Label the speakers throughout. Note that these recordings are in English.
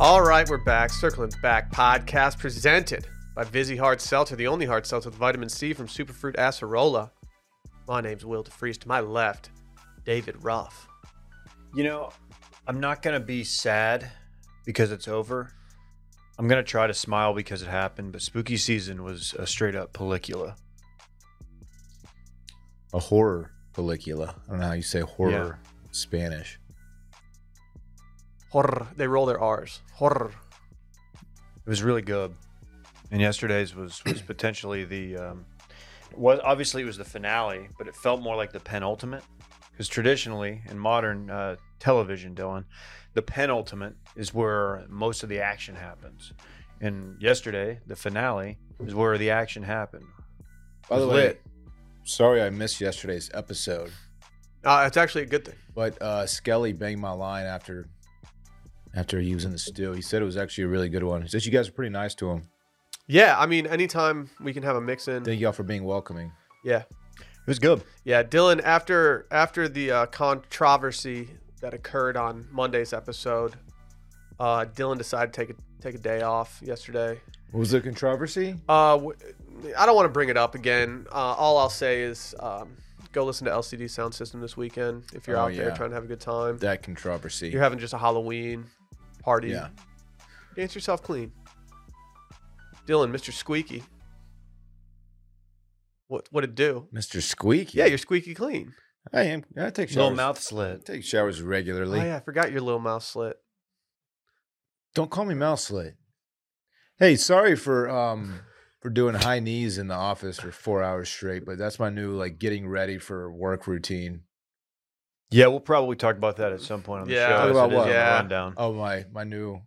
Speaker 1: All right, we're back. Circling Back podcast presented by Vizzy Hard Seltzer, the only hard seltzer with vitamin C from Superfruit Acerola. My name's Will DeFries. To my left, David Ruff.
Speaker 2: You know, I'm not going to be sad because it's over. I'm going to try to smile because it happened, but spooky season was a straight up Pellicula.
Speaker 3: A horror pellicula. I don't know how you say horror in Spanish.
Speaker 1: Horror. They roll their R's. Horror.
Speaker 2: It was really good. And yesterday's was was potentially the um was obviously it was the finale, but it felt more like the penultimate because traditionally in modern uh, television, Dylan, the penultimate is where most of the action happens. And yesterday, the finale is where the action happened.
Speaker 3: By the
Speaker 2: It's
Speaker 3: way,
Speaker 2: lit.
Speaker 3: sorry I missed yesterday's episode,
Speaker 1: Uh, it's actually a good thing.
Speaker 3: but uh, Skelly banged my line after after he was in the stew. He said it was actually a really good one. He said you guys were pretty nice to him.
Speaker 1: Yeah, I mean, anytime we can have a mix in.
Speaker 3: Thank y'all for being welcoming.
Speaker 1: Yeah.
Speaker 2: It was good.
Speaker 1: Yeah, Dylan, after after the uh, controversy that occurred on Monday's episode, uh, Dylan decided to take a, take a day off yesterday.
Speaker 3: What was the controversy?
Speaker 1: Uh, w- I don't want to bring it up again. Uh, all I'll say is um, go listen to LCD Sound System this weekend if you're
Speaker 3: Oh,
Speaker 1: out there
Speaker 3: yeah.
Speaker 1: trying to have a good time.
Speaker 3: That controversy.
Speaker 1: You're having just a Halloween party.
Speaker 3: Yeah.
Speaker 1: Dance yourself clean. Dylan, Mr. Squeaky. What what it do?
Speaker 3: Mr. Squeak.
Speaker 1: Yeah, you're squeaky clean.
Speaker 3: I am. I take
Speaker 2: Little
Speaker 3: showers.
Speaker 2: mouth
Speaker 3: I
Speaker 2: slit.
Speaker 3: take showers
Speaker 1: Oh
Speaker 3: regularly.
Speaker 1: yeah, I forgot your little mouth slit.
Speaker 3: Don't call me mouse slit. Hey, sorry for um for doing high knees in the office for four hours straight, but that's my new like getting ready for work routine.
Speaker 2: Yeah, we'll probably talk about that at some point on the
Speaker 1: Yeah.
Speaker 2: show.
Speaker 1: Talk
Speaker 2: as
Speaker 3: about
Speaker 2: it is
Speaker 3: what?
Speaker 2: in the
Speaker 1: Yeah.
Speaker 2: Rundown.
Speaker 3: Oh my my new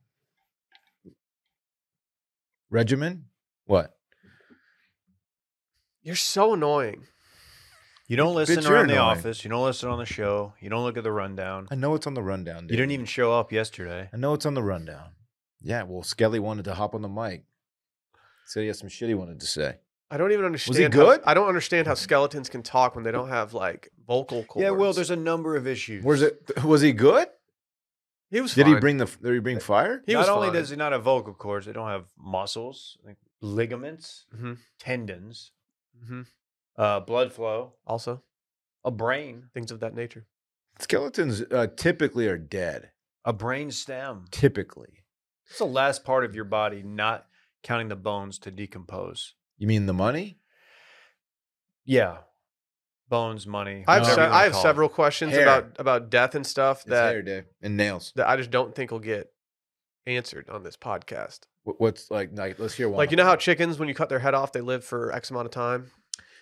Speaker 3: regimen? What?
Speaker 1: You're so annoying.
Speaker 2: You don't listen
Speaker 3: Bitch, you're
Speaker 2: around the
Speaker 3: annoying.
Speaker 2: office. You don't listen on the show. You don't look at the rundown.
Speaker 3: I know it's on the rundown. Dude.
Speaker 2: You didn't even show up yesterday.
Speaker 3: I know it's on the rundown. Yeah, well, Skelly wanted to hop on the mic. Said he had some shit he wanted to say.
Speaker 1: I don't even understand.
Speaker 3: good?
Speaker 1: How, I don't understand how skeletons can talk when they don't have like vocal cords.
Speaker 2: a number of issues.
Speaker 3: Where's it? Was he good?
Speaker 1: he was.
Speaker 3: Did he
Speaker 1: fine.
Speaker 3: bring the? Did he bring fire?
Speaker 1: He
Speaker 2: not
Speaker 1: was
Speaker 2: only
Speaker 1: fine.
Speaker 2: does he not have vocal cords, they don't have muscles, like ligaments,
Speaker 1: Mhm.
Speaker 2: tendons,
Speaker 1: Mhm.
Speaker 2: uh, blood flow,
Speaker 1: Also,
Speaker 2: a brain,
Speaker 1: things of that nature.
Speaker 3: Skeletons uh, typically are dead.
Speaker 2: a brain stem.
Speaker 3: Typically,
Speaker 2: It's the last part of your body, not counting the bones to decompose.
Speaker 3: you mean the money?
Speaker 2: Yeah, bones, money.
Speaker 1: I have,
Speaker 2: whatever
Speaker 1: se-
Speaker 2: you wanna
Speaker 1: I have
Speaker 2: call it.
Speaker 1: several questions
Speaker 3: Hair.
Speaker 1: about about death and stuff
Speaker 3: It's
Speaker 1: that
Speaker 3: hair, Dave, and nails.
Speaker 1: that I just don't think will get answered on this podcast.
Speaker 3: Wh- What's like, like? Let's hear one.
Speaker 1: Like you know how chickens, when you cut their head off, they live for X amount of time.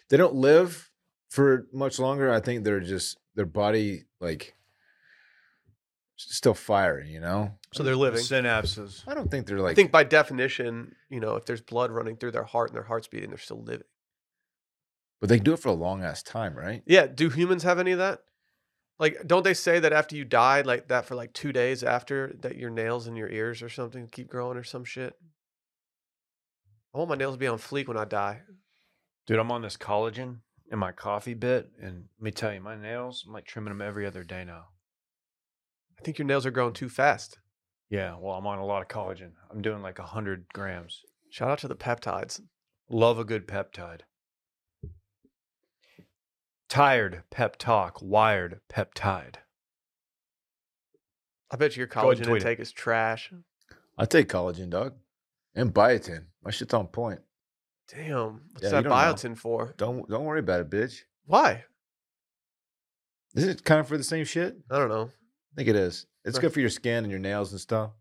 Speaker 3: they don't live for much longer. I think they're just their body like s- still firing. You know,
Speaker 1: So they're
Speaker 2: The
Speaker 1: living.
Speaker 2: synapses.
Speaker 3: I don't think they're like.
Speaker 1: I think by definition, you know, if there's blood running through their heart and their heart's beating, they're still living.
Speaker 3: but they can do it for a long ass time, right?
Speaker 1: Yeah. Do humans have any of that? Like, don't they say that after you die, like that for like two days after, that your nails and your ears or something keep growing or some shit? I want my nails to be on fleek when I die.
Speaker 2: Dude, I'm on this collagen in my coffee bit, and let me tell you, my nails, I'm like trimming them every other day now.
Speaker 1: I think your nails are growing too fast.
Speaker 2: Yeah, well, I'm on a lot of collagen. I'm doing like 100 grams.
Speaker 1: Shout out to the peptides.
Speaker 2: Love a good peptide. Tired pep talk, wired peptide.
Speaker 1: I bet you your
Speaker 2: Go ahead and
Speaker 1: collagen
Speaker 2: tweet it.
Speaker 1: intake is trash.
Speaker 3: I take collagen, dog, and biotin. My shit's on point.
Speaker 1: Damn. What's
Speaker 3: Yeah,
Speaker 1: that
Speaker 3: you don't know.
Speaker 1: biotin for?
Speaker 3: Don't don't worry about it, bitch.
Speaker 1: Why?
Speaker 3: Isn't it kind of for the same shit?
Speaker 1: I don't know.
Speaker 3: I think it is. It's
Speaker 1: Huh.
Speaker 3: good for your skin and your nails and stuff.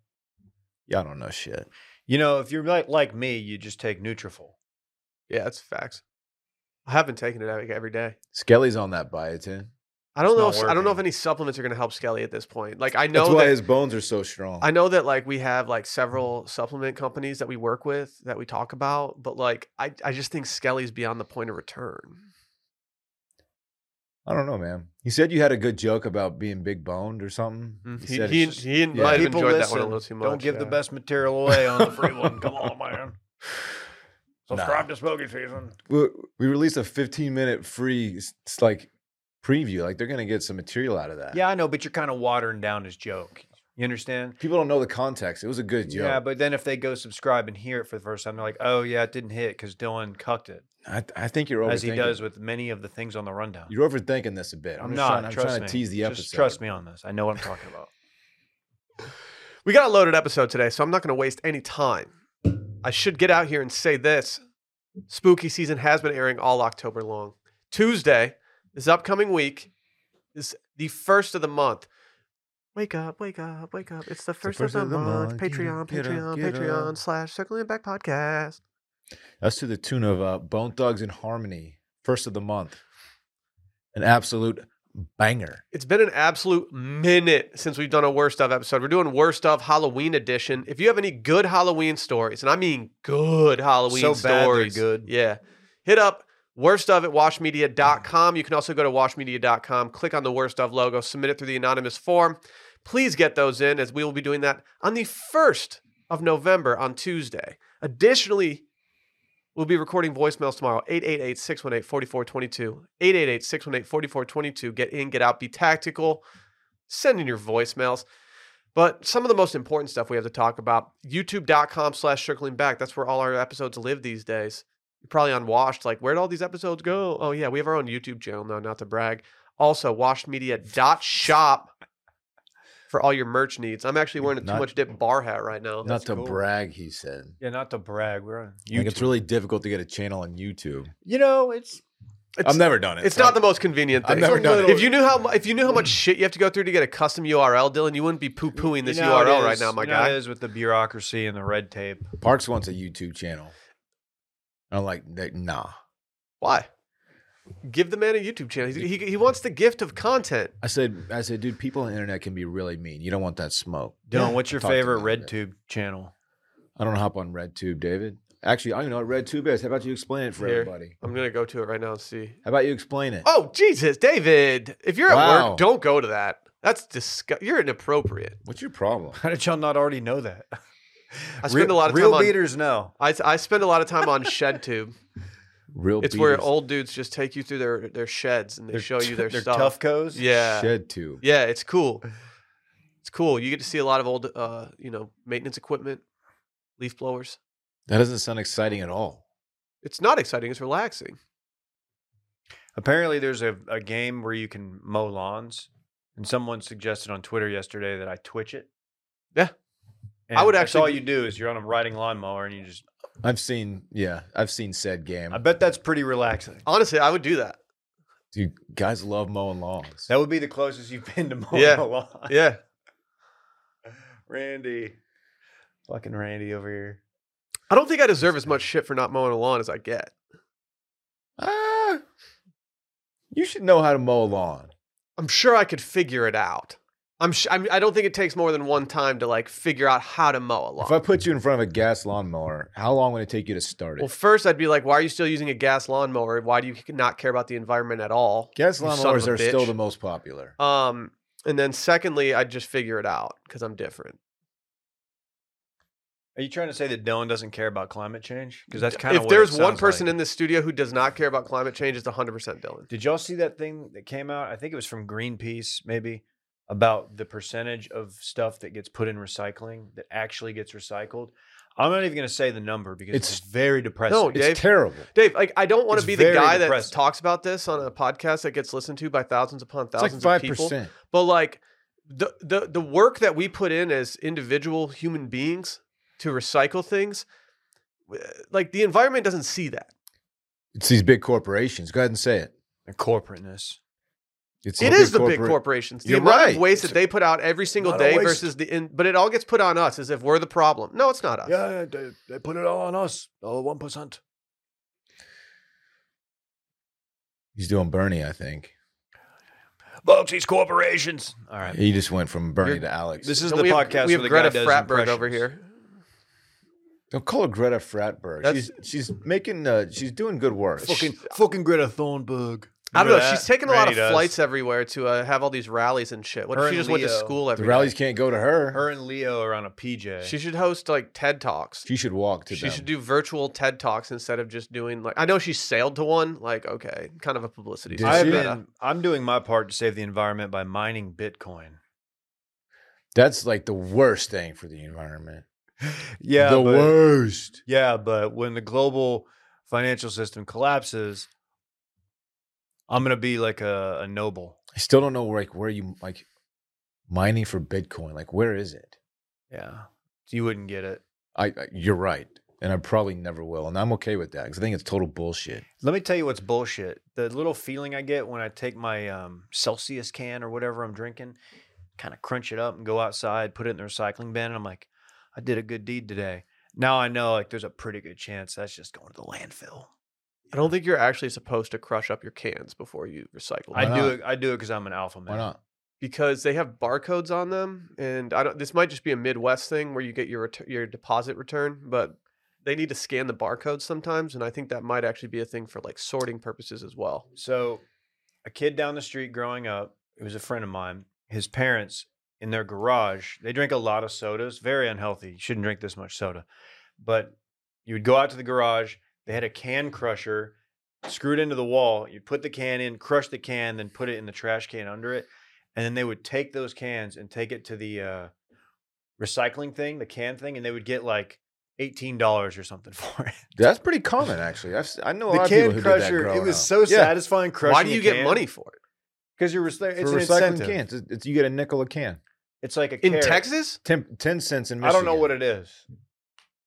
Speaker 3: Y'all don't know shit.
Speaker 2: You know, if you're like, like me, you just take Nutrafol.
Speaker 1: Yeah, that's facts. I have been taking it like every day.
Speaker 3: Skelly's on that biotin.
Speaker 1: I don't
Speaker 2: It's
Speaker 1: know.
Speaker 2: not
Speaker 1: If, I don't know if
Speaker 2: working.
Speaker 1: any supplements are going to help Skelly at this point. Like I know
Speaker 3: That's why
Speaker 1: that
Speaker 3: his bones are so strong.
Speaker 1: I know that like we have like several supplement companies that we work with that we talk about, but like I, I just think Skelly's beyond the point of return.
Speaker 3: I don't know, man. He said you had a good joke about being big boned or something.
Speaker 2: Mm,
Speaker 1: He,
Speaker 3: said
Speaker 1: he,
Speaker 3: it's just-
Speaker 1: he
Speaker 3: yeah.
Speaker 1: might have
Speaker 2: People
Speaker 1: enjoyed that one
Speaker 2: listen.
Speaker 1: a little too much.
Speaker 2: Don't give the
Speaker 1: yeah.
Speaker 2: best material away on the free one. Come on, man. Subscribe to Smoky Season.
Speaker 3: we, we released a 15 minute free s- s- like preview. Like they're gonna get some material out of that.
Speaker 2: Yeah, I know, but you're kind of watering down his joke. You understand?
Speaker 3: People don't know the context. It was a good joke.
Speaker 2: Yeah, but then if they go subscribe and hear it for the first time, they're like, "Oh yeah, it didn't hit because Dylan cucked it,"
Speaker 3: I, I think you're overthinking.
Speaker 2: as he does with many of the things on the rundown.
Speaker 3: You're overthinking this a bit. I'm,
Speaker 2: I'm
Speaker 3: just
Speaker 2: not.
Speaker 3: Trying, I'm
Speaker 2: trust
Speaker 3: trying
Speaker 2: me.
Speaker 3: to tease the episode.
Speaker 2: Just trust me on this. I know what I'm talking about.
Speaker 1: We got a loaded episode today, so I'm not going to waste any time. I should get out here and say this spooky season has been airing all October long. Tuesday, this upcoming week, is the first of the month. Wake up, wake up, wake up. It's the first,
Speaker 3: first
Speaker 1: of,
Speaker 3: of
Speaker 1: the
Speaker 3: the
Speaker 1: month.
Speaker 3: month. Get
Speaker 1: Patreon,
Speaker 3: up, get up,
Speaker 1: Patreon,
Speaker 3: get
Speaker 1: Patreon
Speaker 3: up.
Speaker 1: slash circling back podcast.
Speaker 3: That's to the tune of uh, Bone Thugs and Harmony, first of the month. An absolute banger.
Speaker 1: It's been an absolute
Speaker 2: Mm,
Speaker 1: minute since we've done a worst of episode. We're doing worst of Halloween edition. If you have any good Halloween stories, and I mean good Halloween
Speaker 2: So bad they're
Speaker 1: stories,
Speaker 2: good.
Speaker 1: yeah, hit up worst of at washmedia.com. You can also go to washmedia.com, click on the worst of logo, submit it through the anonymous form. Please get those in as we will be doing that on the 1st of November on Tuesday. Additionally, We'll be recording voicemails tomorrow, 888-618-4422. 888-618-4422. Get in, get out, be tactical. Send in your voicemails. But some of the most important stuff we have to talk about, youtube.com slash circling back. That's where all our episodes live these days. You're probably on Washed, like, where'd all these episodes go? Oh, yeah, we have our own YouTube channel now, not to brag. Also, washedmedia.shop for all your merch needs. I'm actually wearing a Too
Speaker 3: Not-
Speaker 1: Much Dip bar hat right now.
Speaker 3: Not to
Speaker 2: Oh, cool.
Speaker 3: brag, he said.
Speaker 2: Yeah, not to brag. We're on YouTube.
Speaker 3: Like, it's really difficult to get a channel on YouTube.
Speaker 2: you know, it's
Speaker 1: It's-
Speaker 3: I've never done it.
Speaker 1: It's not the most convenient thing.
Speaker 3: I've never done it.
Speaker 1: If you knew how mu- if you knew how much shit you have to go through to get a custom URL, Dylan, you wouldn't be poo pooing this
Speaker 2: you know, it
Speaker 1: URL right
Speaker 2: is-
Speaker 1: now, my
Speaker 2: you know
Speaker 1: guy.
Speaker 2: It is with the bureaucracy and the red tape.
Speaker 3: Parks wants a YouTube channel. I'm like, "They- nah.
Speaker 1: Why? Give the man a YouTube channel. He, he, he wants the gift of content.
Speaker 3: I said, I said, dude, people on the internet can be really mean. You don't want that smoke.
Speaker 2: Dylan, what's your
Speaker 3: I talked
Speaker 2: favorite
Speaker 3: about
Speaker 2: red
Speaker 3: it.
Speaker 2: tube channel?
Speaker 3: I don't hop on RedTube, David. Actually, I don't even know what RedTube is. How about you explain it for
Speaker 1: Here.
Speaker 3: everybody?
Speaker 1: I'm gonna go to it right now and see.
Speaker 3: How about you explain it?
Speaker 1: Oh Jesus, David! If you're at
Speaker 3: Wow.
Speaker 1: work, don't go to that. That's disgust. You're inappropriate.
Speaker 3: What's your problem?
Speaker 2: How did y'all not already know that?
Speaker 1: I spend a lot of
Speaker 2: real
Speaker 1: time on-
Speaker 2: beaters know.
Speaker 1: I, I spend a lot of time on shed tube.
Speaker 3: Real
Speaker 1: It's where
Speaker 3: beaters.
Speaker 1: old dudes just take you through their, their sheds and they show you their
Speaker 2: they're
Speaker 1: stuff.
Speaker 2: tough goes.
Speaker 1: Yeah.
Speaker 3: shed tube.
Speaker 1: Yeah, it's cool. It's cool. You get to see a lot of old, uh, you know, maintenance equipment, leaf blowers.
Speaker 3: That doesn't sound exciting at all.
Speaker 1: It's not exciting. It's relaxing.
Speaker 2: Apparently, there's a, a game where you can mow lawns, and someone suggested on Twitter yesterday that I Twitch it.
Speaker 1: Yeah.
Speaker 2: And
Speaker 1: I would
Speaker 2: that's
Speaker 1: actually
Speaker 2: all
Speaker 1: be-
Speaker 2: you do is you're on a riding lawnmower, and you just.
Speaker 3: I've seen, yeah, I've seen said game.
Speaker 2: I bet that's pretty relaxing.
Speaker 1: Honestly, I would do that.
Speaker 3: Dude, guys love mowing lawns.
Speaker 2: That would be the closest you've been to mowing
Speaker 1: Yeah.
Speaker 2: a lawn.
Speaker 1: Yeah.
Speaker 2: Randy, fucking Randy over here.
Speaker 1: I don't think I deserve as much shit for not mowing a lawn as I get.
Speaker 3: Ah, you should know how to mow a lawn.
Speaker 1: I'm sure I could figure it out. I'm, sh- I'm I don't think it takes more than one time to like figure out how to mow a lawn.
Speaker 3: If I put you in front of a gas lawnmower, how long would it take you to start it?
Speaker 1: well, first I'd be like, why are you still using a gas lawnmower? Why do you not care about the environment at all?
Speaker 3: gas
Speaker 1: you son of
Speaker 3: lawnmowers
Speaker 1: a
Speaker 3: are still
Speaker 1: bitch.
Speaker 3: the most popular.
Speaker 1: Um, and then secondly, I'd just figure it out because I'm different.
Speaker 2: Are you trying to say that Dylan doesn't care about climate change? Because that's kind of
Speaker 1: if there's one person in this studio who does not care about climate change, it's 100% Dylan.
Speaker 2: Did y'all see that thing that came out? I think it was from Greenpeace, maybe, about the percentage of stuff that gets put in recycling that actually gets recycled. I'm not even going to say the number because it's,
Speaker 3: It's-
Speaker 2: very depressing.
Speaker 1: No,
Speaker 3: It's
Speaker 1: Dave-
Speaker 3: terrible.
Speaker 1: Dave, like I don't want to
Speaker 2: It's
Speaker 1: be the
Speaker 2: very
Speaker 1: guy that
Speaker 2: depressing.
Speaker 1: talks about this on a podcast that gets listened to by thousands upon
Speaker 3: It's like
Speaker 1: thousands
Speaker 3: five
Speaker 1: of people.
Speaker 3: percent.
Speaker 1: But like the the the work that we put in as individual human beings to recycle things, w- like the environment doesn't see that.
Speaker 3: It's these big corporations. Go ahead and say it.
Speaker 2: The corporateness.
Speaker 3: It's
Speaker 1: It
Speaker 3: all
Speaker 1: is the big
Speaker 3: corporate-
Speaker 1: corporations. The
Speaker 3: You're
Speaker 1: amount of
Speaker 3: right.
Speaker 1: waste
Speaker 2: It's
Speaker 1: that they put out every single
Speaker 2: not
Speaker 1: day
Speaker 2: always-
Speaker 1: versus the in, but it all gets put on us as if we're the problem. No, it's not us.
Speaker 2: Uh, Yeah, they, they put it all on us. All one percent.
Speaker 3: He's doing Bernie, I think.
Speaker 2: Folks, these corporations. All right.
Speaker 3: He just went from Bernie
Speaker 1: You're-
Speaker 3: to Alex.
Speaker 2: This is
Speaker 1: Don't
Speaker 2: the
Speaker 1: we have,
Speaker 2: podcast.
Speaker 1: We have
Speaker 2: where
Speaker 1: Greta
Speaker 2: the guy does
Speaker 1: Fratberg over
Speaker 2: impressions.
Speaker 1: here.
Speaker 3: Don't call her Greta Fratberg.
Speaker 1: That's-
Speaker 3: She's she's making uh, she's doing good work.
Speaker 2: Fucking, fucking Greta Thunberg.
Speaker 1: I don't know.
Speaker 2: Remember that?
Speaker 1: She's taking a lot
Speaker 2: Randy
Speaker 1: of
Speaker 2: does.
Speaker 1: flights everywhere to uh, have all these rallies and shit. What
Speaker 2: Her
Speaker 1: if she
Speaker 2: and
Speaker 1: just went to
Speaker 2: Leo.
Speaker 1: school
Speaker 3: the
Speaker 1: every
Speaker 3: rallies
Speaker 1: night?
Speaker 3: can't go to her.
Speaker 2: Her and Leo are on a PJ.
Speaker 1: She should host like TED Talks.
Speaker 3: She should walk to
Speaker 1: She
Speaker 3: them.
Speaker 1: should do virtual TED Talks instead of just doing like I know she sailed to one. Like okay, kind of a publicity.
Speaker 3: Did
Speaker 1: stunt,
Speaker 2: I've
Speaker 3: she?
Speaker 1: but, uh,
Speaker 2: been, I'm doing my part to save the environment by mining Bitcoin.
Speaker 3: That's like the worst thing for the environment.
Speaker 2: Yeah,
Speaker 3: the
Speaker 2: but,
Speaker 3: worst.
Speaker 2: yeah, but when the global financial system collapses, I'm gonna be like a, a noble.
Speaker 3: I still don't know where, like where you like mining for Bitcoin. Like where is it?
Speaker 2: Yeah, you wouldn't get it.
Speaker 3: I, I you're right, and I probably never will, and I'm okay with that because I think it's total bullshit.
Speaker 2: Let me tell you what's bullshit. The little feeling I get when I take my um, Celsius can or whatever I'm drinking, kind of crunch it up and go outside, put it in the recycling bin, and I'm like, I did a good deed today. Now I know like there's a pretty good chance that's just going to the landfill.
Speaker 1: I don't think you're actually supposed to crush up your cans before you recycle.
Speaker 2: I
Speaker 1: them.
Speaker 3: Why
Speaker 2: do
Speaker 3: not?
Speaker 2: it. I do it because I'm an alpha man.
Speaker 3: Why not?
Speaker 1: because they have barcodes on them, and I don't. This might just be a Midwest thing where you get your ret- your deposit return, but they need to scan the barcodes sometimes, and I think that might actually be a thing for like sorting purposes as well.
Speaker 2: So, a kid down the street growing up, who was a friend of mine, his parents in their garage, they drink a lot of sodas, very unhealthy. You shouldn't drink this much soda. But you would go out to the garage, they had a can crusher screwed into the wall. You'd put the can in, crush the can, then put it in the trash can under it. And then they would take those cans and take it to the uh, recycling thing, the can thing, and they would get like $18 or something for it.
Speaker 3: That's pretty common, actually. I've, si know a
Speaker 2: the
Speaker 3: lot of people
Speaker 2: can
Speaker 3: who
Speaker 2: crusher,
Speaker 3: did that
Speaker 2: it
Speaker 3: growing
Speaker 2: was
Speaker 3: up.
Speaker 2: so
Speaker 3: Yeah,
Speaker 2: satisfying crushing
Speaker 1: Why do
Speaker 2: a
Speaker 1: you get
Speaker 2: can.
Speaker 1: money for it
Speaker 2: Because you're recycling. It's
Speaker 3: for
Speaker 2: an
Speaker 3: recycling
Speaker 2: incentive.
Speaker 3: cans. It's, it's, you get a nickel a can.
Speaker 2: It's like a
Speaker 1: in
Speaker 2: carrot.
Speaker 1: Texas?
Speaker 3: 10, 10 cents in
Speaker 2: I
Speaker 3: Michigan.
Speaker 2: don't know what it is.
Speaker 1: You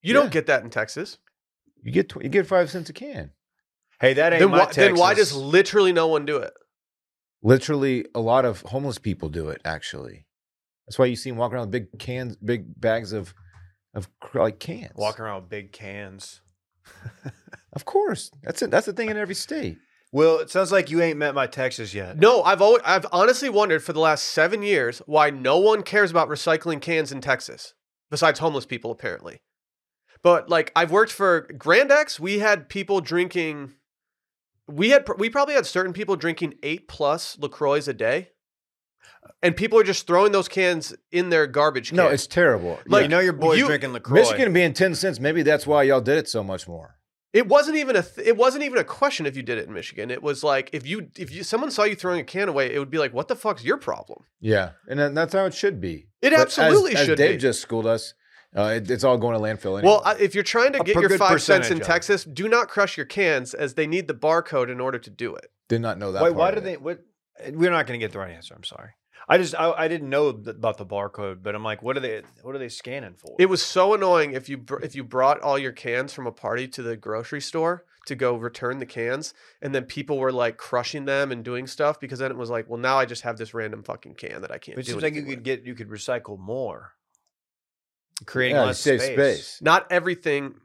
Speaker 3: Yeah.
Speaker 1: don't get that in Texas.
Speaker 3: you get. Tw- you get five cents a can.
Speaker 2: Hey, that ain't
Speaker 1: Then
Speaker 2: my
Speaker 1: why, then why
Speaker 2: Texas.
Speaker 1: does literally no one do it?
Speaker 3: Literally, a lot of homeless people do it. Actually, that's why you see them walking around with big cans, big bags of, of cr- like cans.
Speaker 2: walking around with big cans?
Speaker 3: Of course, that's it. That's the thing in every state.
Speaker 2: Well, it sounds like you ain't met my Texas yet.
Speaker 1: No, I've always, I've honestly wondered for the last seven years why no one cares about recycling cans in Texas, besides homeless people apparently. But like I've worked for Grand X, we had people drinking. We had pr- we probably had certain people drinking eight plus Lacroix a day, and people are just throwing those cans in their garbage. Can.
Speaker 3: No, it's terrible.
Speaker 1: Like,
Speaker 2: you know your boy's
Speaker 1: you-
Speaker 2: drinking Lacroix.
Speaker 3: Michigan being ten cents. Maybe that's why y'all did it so much more.
Speaker 1: It wasn't even a th- it wasn't even a question if you did it in Michigan. It was like if you if you someone saw you throwing a can away, it would be like, what the fuck's your problem?
Speaker 3: Yeah, and then that's how it should be.
Speaker 1: It
Speaker 3: But as-
Speaker 1: absolutely
Speaker 3: as
Speaker 1: should
Speaker 3: Dave
Speaker 1: be.
Speaker 3: just schooled us. Uh, it, it's all going to landfill. Anyway.
Speaker 1: Well, I- if you're trying to
Speaker 2: A
Speaker 1: get
Speaker 2: per-
Speaker 1: your
Speaker 2: good
Speaker 1: five cents
Speaker 2: percentage
Speaker 1: in
Speaker 2: of it.
Speaker 1: Texas, do not crush your cans as they need the barcode in order to do it.
Speaker 3: did not know that.
Speaker 2: Wait,
Speaker 3: part
Speaker 2: why
Speaker 3: of
Speaker 2: did
Speaker 3: it.
Speaker 2: they? What? We're not going to get the right answer. I'm sorry. I just I, I didn't know th- about the barcode, but I'm like, what are they? What are they scanning for?
Speaker 1: It was so annoying if you br- if you brought all your cans from a party to the grocery store to go return the cans, and then people were like crushing them and doing stuff because then it was like, well, now I just have this random fucking can that I can't.
Speaker 2: But it
Speaker 1: do
Speaker 2: seems like you
Speaker 1: anything with.
Speaker 2: could get you could recycle more, creating
Speaker 3: Yeah, you
Speaker 2: less
Speaker 3: save space.
Speaker 1: Not everything.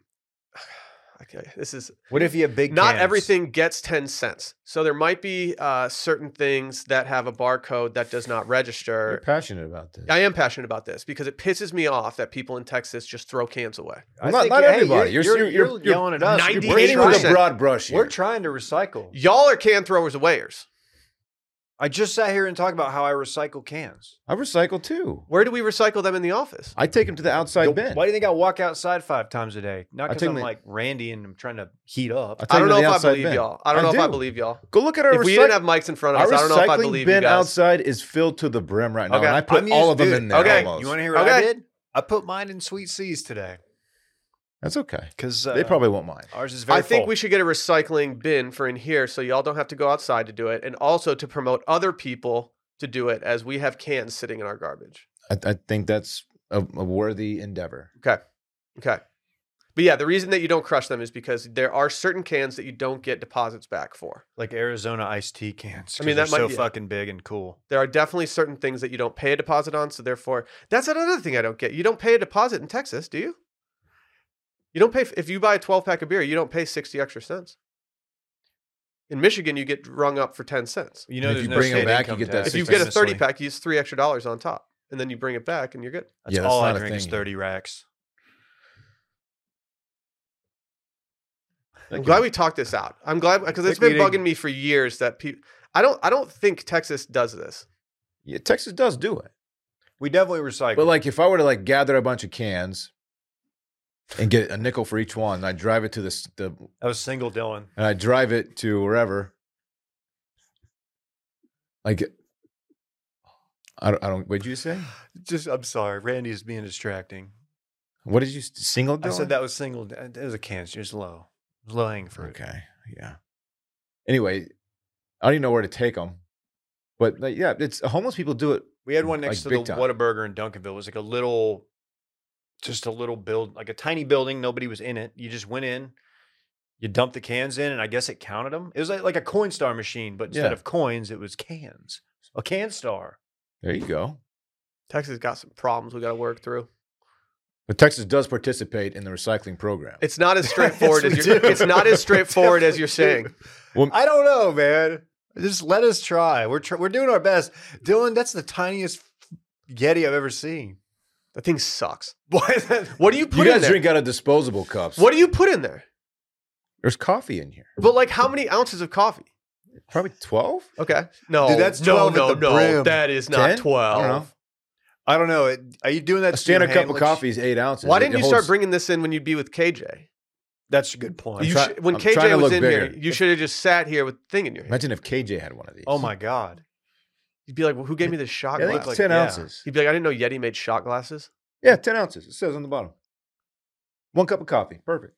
Speaker 1: Okay, this is
Speaker 2: What if you have big?
Speaker 1: not
Speaker 2: cans?
Speaker 1: everything gets 10 cents so there might be uh, certain things that have a barcode that does not
Speaker 3: You're
Speaker 1: register
Speaker 3: passionate about this.
Speaker 1: i am passionate about this because it pisses me off that people in texas just throw cans away
Speaker 2: I
Speaker 3: Not-
Speaker 2: think-
Speaker 3: not
Speaker 2: hey,
Speaker 3: everybody.
Speaker 2: You're,
Speaker 3: You're-
Speaker 2: you're,
Speaker 3: you're-
Speaker 2: you're
Speaker 3: you're
Speaker 2: yelling at us.
Speaker 3: You're
Speaker 1: 98%.
Speaker 3: painting with a
Speaker 1: 98%.
Speaker 3: broad brush here.
Speaker 2: We're trying to recycle.
Speaker 1: y'all are can throwers awayers
Speaker 2: I just sat here and talked about how I recycle cans.
Speaker 3: I recycle too.
Speaker 1: where do we recycle them in the office
Speaker 3: I take them to the outside bin.
Speaker 2: Why do you think I walk outside five times a day? Not
Speaker 3: I
Speaker 2: because
Speaker 3: take
Speaker 2: I'm
Speaker 3: my-
Speaker 2: like Randy and I'm trying to heat up.
Speaker 3: I
Speaker 1: i
Speaker 3: take
Speaker 1: don't
Speaker 3: them to
Speaker 1: know
Speaker 3: the
Speaker 1: if i
Speaker 3: outside
Speaker 1: believe
Speaker 3: bin.
Speaker 1: y'all i don't
Speaker 3: I
Speaker 1: know if i
Speaker 3: do.
Speaker 1: believe y'all
Speaker 3: Go look at our
Speaker 1: if we didn't
Speaker 3: recyc-
Speaker 1: have mics in front of
Speaker 3: our
Speaker 1: us i don't know if i
Speaker 3: recycling
Speaker 1: believe you
Speaker 3: bin
Speaker 1: guys
Speaker 3: outside is filled to the brim right now,
Speaker 1: Okay.
Speaker 3: and I put
Speaker 2: I'm
Speaker 3: all
Speaker 2: used-
Speaker 3: of them
Speaker 2: dude,
Speaker 3: in there.
Speaker 1: okay.
Speaker 3: almost.
Speaker 2: You want to hear what I
Speaker 1: Okay.
Speaker 2: did? I put mine in sweet seas today
Speaker 3: That's okay.
Speaker 2: because uh,
Speaker 3: they probably won't mind.
Speaker 2: ours is very.
Speaker 1: I think
Speaker 2: full.
Speaker 1: we should get a recycling bin for in here so y'all don't have to go outside to do it and also to promote other people to do it as we have cans sitting in our garbage.
Speaker 3: I, I think that's a, a worthy endeavor.
Speaker 1: Okay. But yeah, the reason that you don't crush them is because there are certain cans that you don't get deposits back for.
Speaker 2: like Arizona iced tea cans.
Speaker 1: I mean, that
Speaker 2: 'cause they're
Speaker 1: might
Speaker 2: so
Speaker 1: be-
Speaker 2: fucking big and cool.
Speaker 1: There are definitely certain things that you don't pay a deposit on. So therefore, that's another thing I don't get. You don't pay a deposit in Texas, do you? You don't pay if you buy a 12 pack of beer, you don't pay 60 extra cents. In Michigan, you get rung up for 10 cents.
Speaker 2: You know,
Speaker 3: if
Speaker 2: there's
Speaker 3: you
Speaker 2: no
Speaker 3: bring 'em
Speaker 2: state
Speaker 3: back, you
Speaker 2: income
Speaker 3: get that
Speaker 2: tax
Speaker 1: If you
Speaker 2: in
Speaker 3: 60
Speaker 1: get a 30
Speaker 2: Tennessee.
Speaker 1: pack, you use three extra dollars on top, and then you bring it back and you're good.
Speaker 2: that's
Speaker 3: Yeah, that's
Speaker 2: all I
Speaker 3: not a
Speaker 2: drink is
Speaker 3: thing.
Speaker 2: thirty racks.
Speaker 1: I'm glad we talked this out. I'm glad because it's
Speaker 2: Think
Speaker 1: been
Speaker 2: we
Speaker 1: bugging
Speaker 2: didn't-
Speaker 1: me for years that people. I don't. I don't think Texas does this.
Speaker 3: Yeah, Texas does do it,
Speaker 2: We definitely recycle.
Speaker 3: but like if I were to like gather a bunch of cans and get a nickel for each one, and I drive it to the, s- the
Speaker 2: I was single, Dylan.
Speaker 3: and I drive it to wherever. Like I don't, I don't. What'd you say?
Speaker 2: Just, I'm sorry. Randy's being distracting.
Speaker 3: What did you s- single?
Speaker 2: I said
Speaker 3: Dylan?
Speaker 2: that was single. It was a cancer. It's low. It was low hanging fruit.
Speaker 3: Okay. Yeah. Anyway, I don't even know where to take them, but like, yeah, it's homeless people do it.
Speaker 2: We had one next
Speaker 3: Like, big
Speaker 2: to the
Speaker 3: time.
Speaker 2: Whataburger in Duncanville. It was like a little, just a little build, like a tiny building. Nobody was in it. You just went in, you dumped the cans in, and I guess it counted them. It was like, like a coin star machine, but instead
Speaker 3: Yeah.
Speaker 2: of coins, it was cans. A can star.
Speaker 3: There you go.
Speaker 1: Texas got some problems we got to work through.
Speaker 3: But Texas does participate in the recycling program.
Speaker 1: It's not as straightforward
Speaker 2: Yes, we
Speaker 1: as you're,
Speaker 2: do.
Speaker 1: it's not as straightforward as
Speaker 2: Definitely
Speaker 1: you're
Speaker 2: do.
Speaker 1: saying.
Speaker 3: Well,
Speaker 2: I don't know, man. Just let us try. We're tr- we're doing our best, Dylan. That's the tiniest Yeti I've ever seen.
Speaker 1: That thing sucks.
Speaker 2: Why is that?
Speaker 1: What do you put
Speaker 3: you
Speaker 1: in
Speaker 3: guys
Speaker 1: there?
Speaker 3: drink out of disposable cups.
Speaker 1: What do you put in there?
Speaker 3: There's coffee in here.
Speaker 1: But like, how many ounces of coffee?
Speaker 3: Probably twelve.
Speaker 1: Okay, no,
Speaker 2: Dude, that's 12 at
Speaker 1: no, no,
Speaker 2: the
Speaker 1: no.
Speaker 2: brim.
Speaker 1: That is not
Speaker 3: 10?
Speaker 1: twelve.
Speaker 3: I don't know.
Speaker 2: I don't know. It, are you doing that?
Speaker 3: A
Speaker 2: to your
Speaker 3: standard cup of
Speaker 2: handlings?
Speaker 3: coffee is eight ounces.
Speaker 1: Why
Speaker 3: It-
Speaker 1: didn't
Speaker 3: it
Speaker 1: you start
Speaker 3: holds-
Speaker 1: bringing this in when you'd be with KJ?
Speaker 2: That's a good point.
Speaker 1: You
Speaker 3: try-
Speaker 1: should- when
Speaker 3: I'm trying
Speaker 1: KJ
Speaker 3: to
Speaker 1: was
Speaker 3: look
Speaker 1: in here,
Speaker 3: bigger.
Speaker 1: you should have just sat here with thing in your hand.
Speaker 3: Imagine if KJ had one of these.
Speaker 2: oh my god.
Speaker 1: You'd be like, well, "Who gave me this shot
Speaker 3: Yeah, I think
Speaker 1: glass?"
Speaker 3: it's
Speaker 2: like-
Speaker 3: ten
Speaker 2: yeah.
Speaker 3: ounces.
Speaker 1: You'd be like, "I didn't know Yeti made shot glasses."
Speaker 3: Yeah, ten ounces. It says on the bottom. One cup of coffee. Perfect.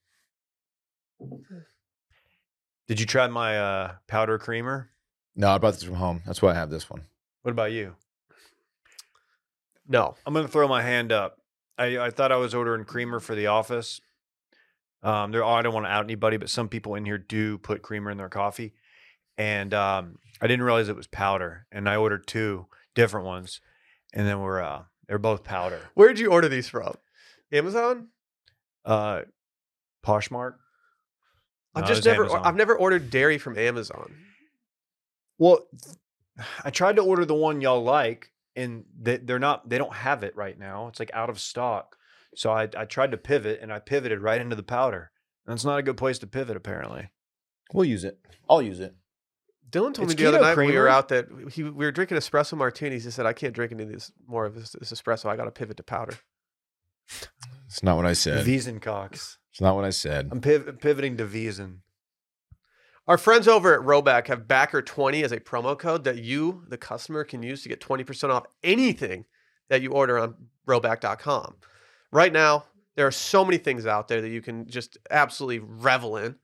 Speaker 2: Did you try my uh, powder creamer?
Speaker 3: No, I brought this from home. That's why I have this one.
Speaker 2: What about you?
Speaker 1: No,
Speaker 2: I'm going to throw my hand up. I, I thought I was ordering creamer for the office. Um, there, I don't want to out anybody, but some people in here do put creamer in their coffee, and um, I didn't realize it was powder. And I ordered two different ones, and then we're uh, they're both powder.
Speaker 1: where'd you order these from? Amazon.
Speaker 2: Uh, Poshmark.
Speaker 1: I've
Speaker 2: No, it
Speaker 1: just
Speaker 2: was
Speaker 1: never,
Speaker 2: Amazon.
Speaker 1: I've never ordered dairy from Amazon.
Speaker 2: Well, I tried to order the one y'all like, and they, they're not. They don't have it right now. It's like out of stock. So I, I tried to pivot, and I pivoted right into the powder. That's not a good place to pivot, apparently.
Speaker 3: We'll use it. I'll use it.
Speaker 1: Dylan told
Speaker 2: It's
Speaker 1: me the other
Speaker 2: keto
Speaker 1: night when we were
Speaker 2: creamer.
Speaker 1: out that he we were drinking espresso martinis. He said, "I can't drink any of this more of this, this espresso. I got to pivot to powder."
Speaker 3: It's not what I said.
Speaker 2: Wiesencox.
Speaker 3: it's not what I said.
Speaker 2: I'm piv- pivoting to Wiesen.
Speaker 1: Our friends over at Roback have Backer20 as a promo code that you, the customer, can use to get 20% off anything that you order on roback.com. Right now, there are so many things out there that you can just absolutely revel in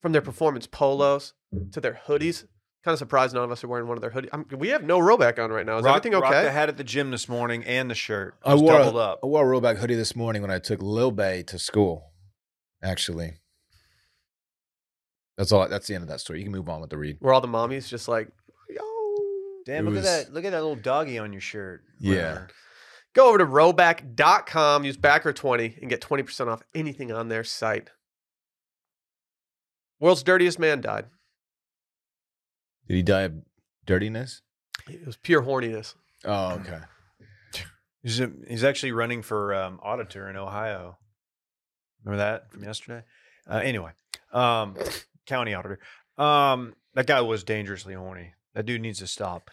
Speaker 1: from their performance polos to their hoodies. Kind of surprised none of us are wearing one of their hoodies. I'm, we have no Roback on right now. Is everything
Speaker 2: Rocked the
Speaker 1: okay?
Speaker 2: hat at the gym this morning and the shirt. I Oh,
Speaker 3: I
Speaker 2: was
Speaker 3: wore,
Speaker 2: doubled
Speaker 3: a,
Speaker 2: up.
Speaker 3: I wore a roll back hoodie this morning when I took Lil Bay to school. Actually, that's all. That's the end of that story. You can move on with the read.
Speaker 1: Where all the mommies just like, yo.
Speaker 2: Damn,
Speaker 3: It
Speaker 2: look
Speaker 3: was-
Speaker 2: at that! Look at that little doggy on your shirt.
Speaker 3: Yeah.
Speaker 2: Whatever.
Speaker 1: Go over to roback.com, use backer20 and get 20% off anything on their site. World's dirtiest man died.
Speaker 3: Did he die of dirtiness?
Speaker 1: It was pure horniness.
Speaker 3: Oh, okay.
Speaker 2: He's, a- he's actually running for um, auditor in Ohio. Remember that from yesterday? Uh, anyway, um, county auditor. Um, that guy was dangerously horny. That dude needs to stop.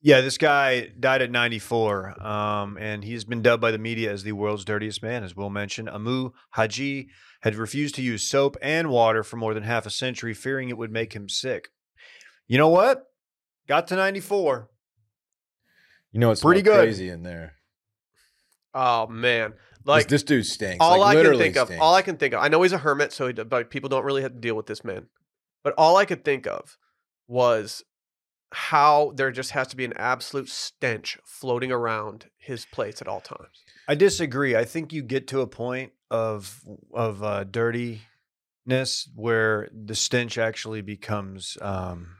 Speaker 2: Yeah, this guy died at 94, um, and he's been dubbed by the media as the world's dirtiest man, as Will mentioned. Amu Haji had refused to use soap and water for more than half a century, fearing it would make him sick. You know what? Got to 94.
Speaker 3: You know, it's
Speaker 2: Pretty
Speaker 3: pretty
Speaker 2: good.
Speaker 3: crazy in there.
Speaker 1: Oh man.
Speaker 3: 'Cause
Speaker 1: Like
Speaker 3: this dude stinks.
Speaker 1: all
Speaker 3: Like,
Speaker 1: I can
Speaker 3: literally
Speaker 1: think of,
Speaker 3: stinks.
Speaker 1: all I can think of. I know he's a hermit, so he, d- but people don't really have to deal with this man. But all I could think of was how there just has to be an absolute stench floating around his plates at all times.
Speaker 2: I disagree. I think you get to a point of of uh, dirtiness where the stench actually becomes um,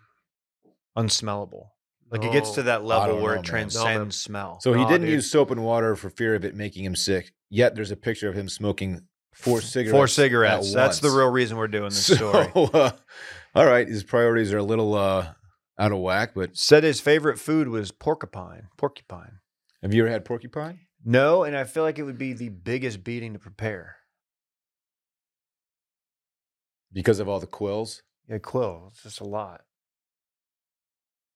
Speaker 2: unsmellable. Like it gets
Speaker 1: No.
Speaker 2: to that level
Speaker 3: Oh, don't
Speaker 2: where
Speaker 3: know, man.
Speaker 2: it
Speaker 1: No,
Speaker 2: transcends
Speaker 1: man.
Speaker 2: smell.
Speaker 3: So he
Speaker 1: Nah,
Speaker 3: didn't
Speaker 1: dude.
Speaker 3: use soap and water for fear of it making him sick. Yet there's a picture of him smoking four cigarettes.
Speaker 2: Four
Speaker 3: at
Speaker 2: cigarettes. That's the
Speaker 3: once.
Speaker 2: real reason we're doing this
Speaker 3: So,
Speaker 2: story.
Speaker 3: uh, all right, his priorities are a little uh, out of whack. But
Speaker 2: Said his favorite food was porcupine. Porcupine.
Speaker 3: have you ever had porcupine?
Speaker 2: No, and I feel like it would be the biggest beating to prepare.
Speaker 3: Because of all the quills.
Speaker 2: Yeah, quill. It's just a lot.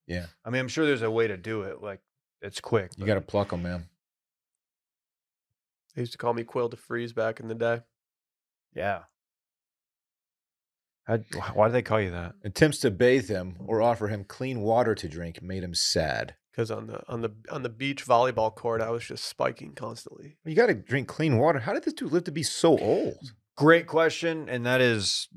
Speaker 3: Yeah.
Speaker 2: I mean, I'm sure there's a way to do it. Like it's quick.
Speaker 3: You
Speaker 2: but-
Speaker 3: got to pluck them, man.
Speaker 1: They used to call me Quill to Freeze back in the day.
Speaker 2: Yeah. How'd- wh- why do they call you that?
Speaker 3: Attempts to bathe him or offer him clean water to drink made him sad.
Speaker 1: Because because on the on the on the beach volleyball court, I was just spiking constantly.
Speaker 3: You got to drink clean water. How did this dude live to be so old?
Speaker 2: Great question, and that is.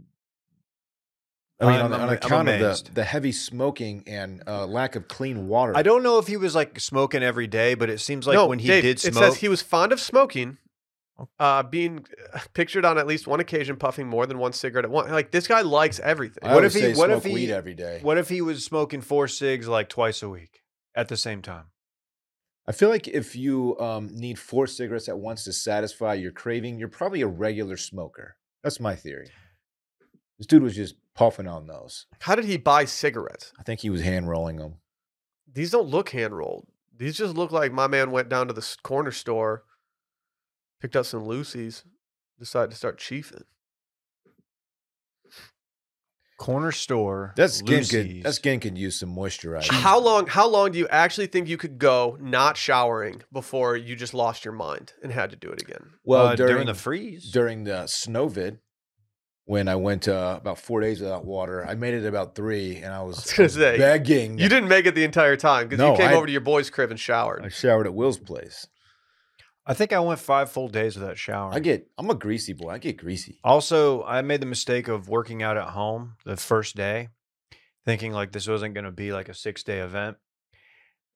Speaker 3: I mean, on,
Speaker 2: I'm-
Speaker 3: on
Speaker 2: I'm- I'm
Speaker 3: account of the,
Speaker 2: amazed.
Speaker 3: the heavy smoking and uh, lack of clean water.
Speaker 2: I don't know if he was like smoking every day, but it seems like
Speaker 1: no,
Speaker 2: when he
Speaker 1: Dave,
Speaker 2: did smoke, Oh.
Speaker 1: it says he was fond of smoking, uh, being pictured on at least one occasion puffing more than one cigarette at once. Like this guy likes everything.
Speaker 3: I
Speaker 2: What
Speaker 3: always
Speaker 2: if he-
Speaker 3: say
Speaker 2: what if
Speaker 3: smoke weed
Speaker 2: he-
Speaker 3: every day?
Speaker 2: what if he was smoking four cigs like twice a week at the same time?
Speaker 3: I feel like if you um, need four cigarettes at once to satisfy your craving, you're probably a regular smoker. That's my theory. This dude was just puffing on those.
Speaker 1: How did he buy cigarettes?
Speaker 3: I think he was hand rolling them.
Speaker 1: These don't look hand rolled. These just look like my man went down to the s- corner store, picked up some Lucy's, decided to start chiefing.
Speaker 2: Corner store.
Speaker 3: That skin could
Speaker 2: Lucy's.
Speaker 3: that skin could use some moisturizer.
Speaker 1: How long? How long do you actually think you could go not showering before you just lost your mind and had to do it again?
Speaker 3: Well,
Speaker 2: Uh,
Speaker 3: during,
Speaker 2: the freeze.
Speaker 3: during the snow vid, when I went uh, about four days without water, I made it about three, and I was,
Speaker 1: was gonna
Speaker 3: I was
Speaker 1: say,
Speaker 3: begging.
Speaker 1: You didn't make it the entire time because
Speaker 3: No,
Speaker 1: you came
Speaker 3: I-
Speaker 1: over to your boy's crib and showered.
Speaker 3: I showered at Will's place.
Speaker 2: I think I went five full days without showering.
Speaker 3: I get. I'm a greasy boy. I get greasy.
Speaker 2: Also, I made the mistake of working out at home the first day, thinking like this wasn't going to be like a six day event.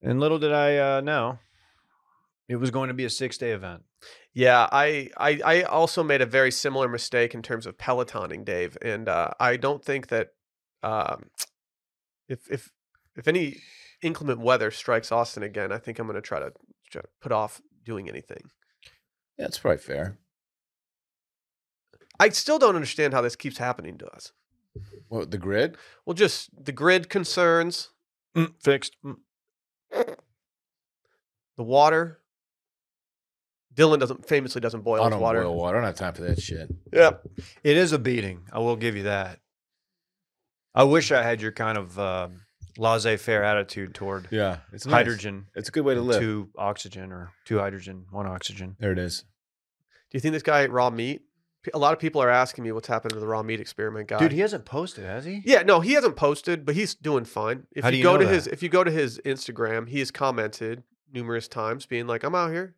Speaker 2: And little did I uh, know, it was going to be a six day event.
Speaker 1: Yeah, I, I I also made a very similar mistake in terms of pelotoning, Dave, and uh, I don't think that um, if if if any inclement weather strikes Austin again, I think I'm going to try to try to put off doing anything.
Speaker 3: Yeah, that's probably fair.
Speaker 1: I still don't understand how this keeps happening to us.
Speaker 3: Well, the grid.
Speaker 1: Well, just the grid concerns,
Speaker 2: Mm, fixed. Mm.
Speaker 1: the water. Dylan doesn't famously doesn't boil
Speaker 3: I
Speaker 1: his
Speaker 3: don't
Speaker 1: water.
Speaker 3: boil water. I don't have time for that shit.
Speaker 1: Yeah,
Speaker 2: It is a beating. I will give you that. I wish I had your kind of uh, laissez faire attitude toward
Speaker 3: Yeah, it's nice.
Speaker 2: hydrogen,
Speaker 3: It's a good way to live.
Speaker 2: two oxygen or two hydrogen, one oxygen.
Speaker 3: There it is.
Speaker 1: Do you think this guy ate raw meat? P- A lot of people are asking me what's happened to the raw meat experiment guy.
Speaker 2: Dude, he hasn't posted, has he?
Speaker 1: yeah, no, he hasn't posted, but he's doing fine. If
Speaker 2: How
Speaker 1: you,
Speaker 2: do you
Speaker 1: go
Speaker 2: know
Speaker 1: to his
Speaker 2: that?
Speaker 1: if you go to his Instagram, he has commented numerous times being like, "I'm out here."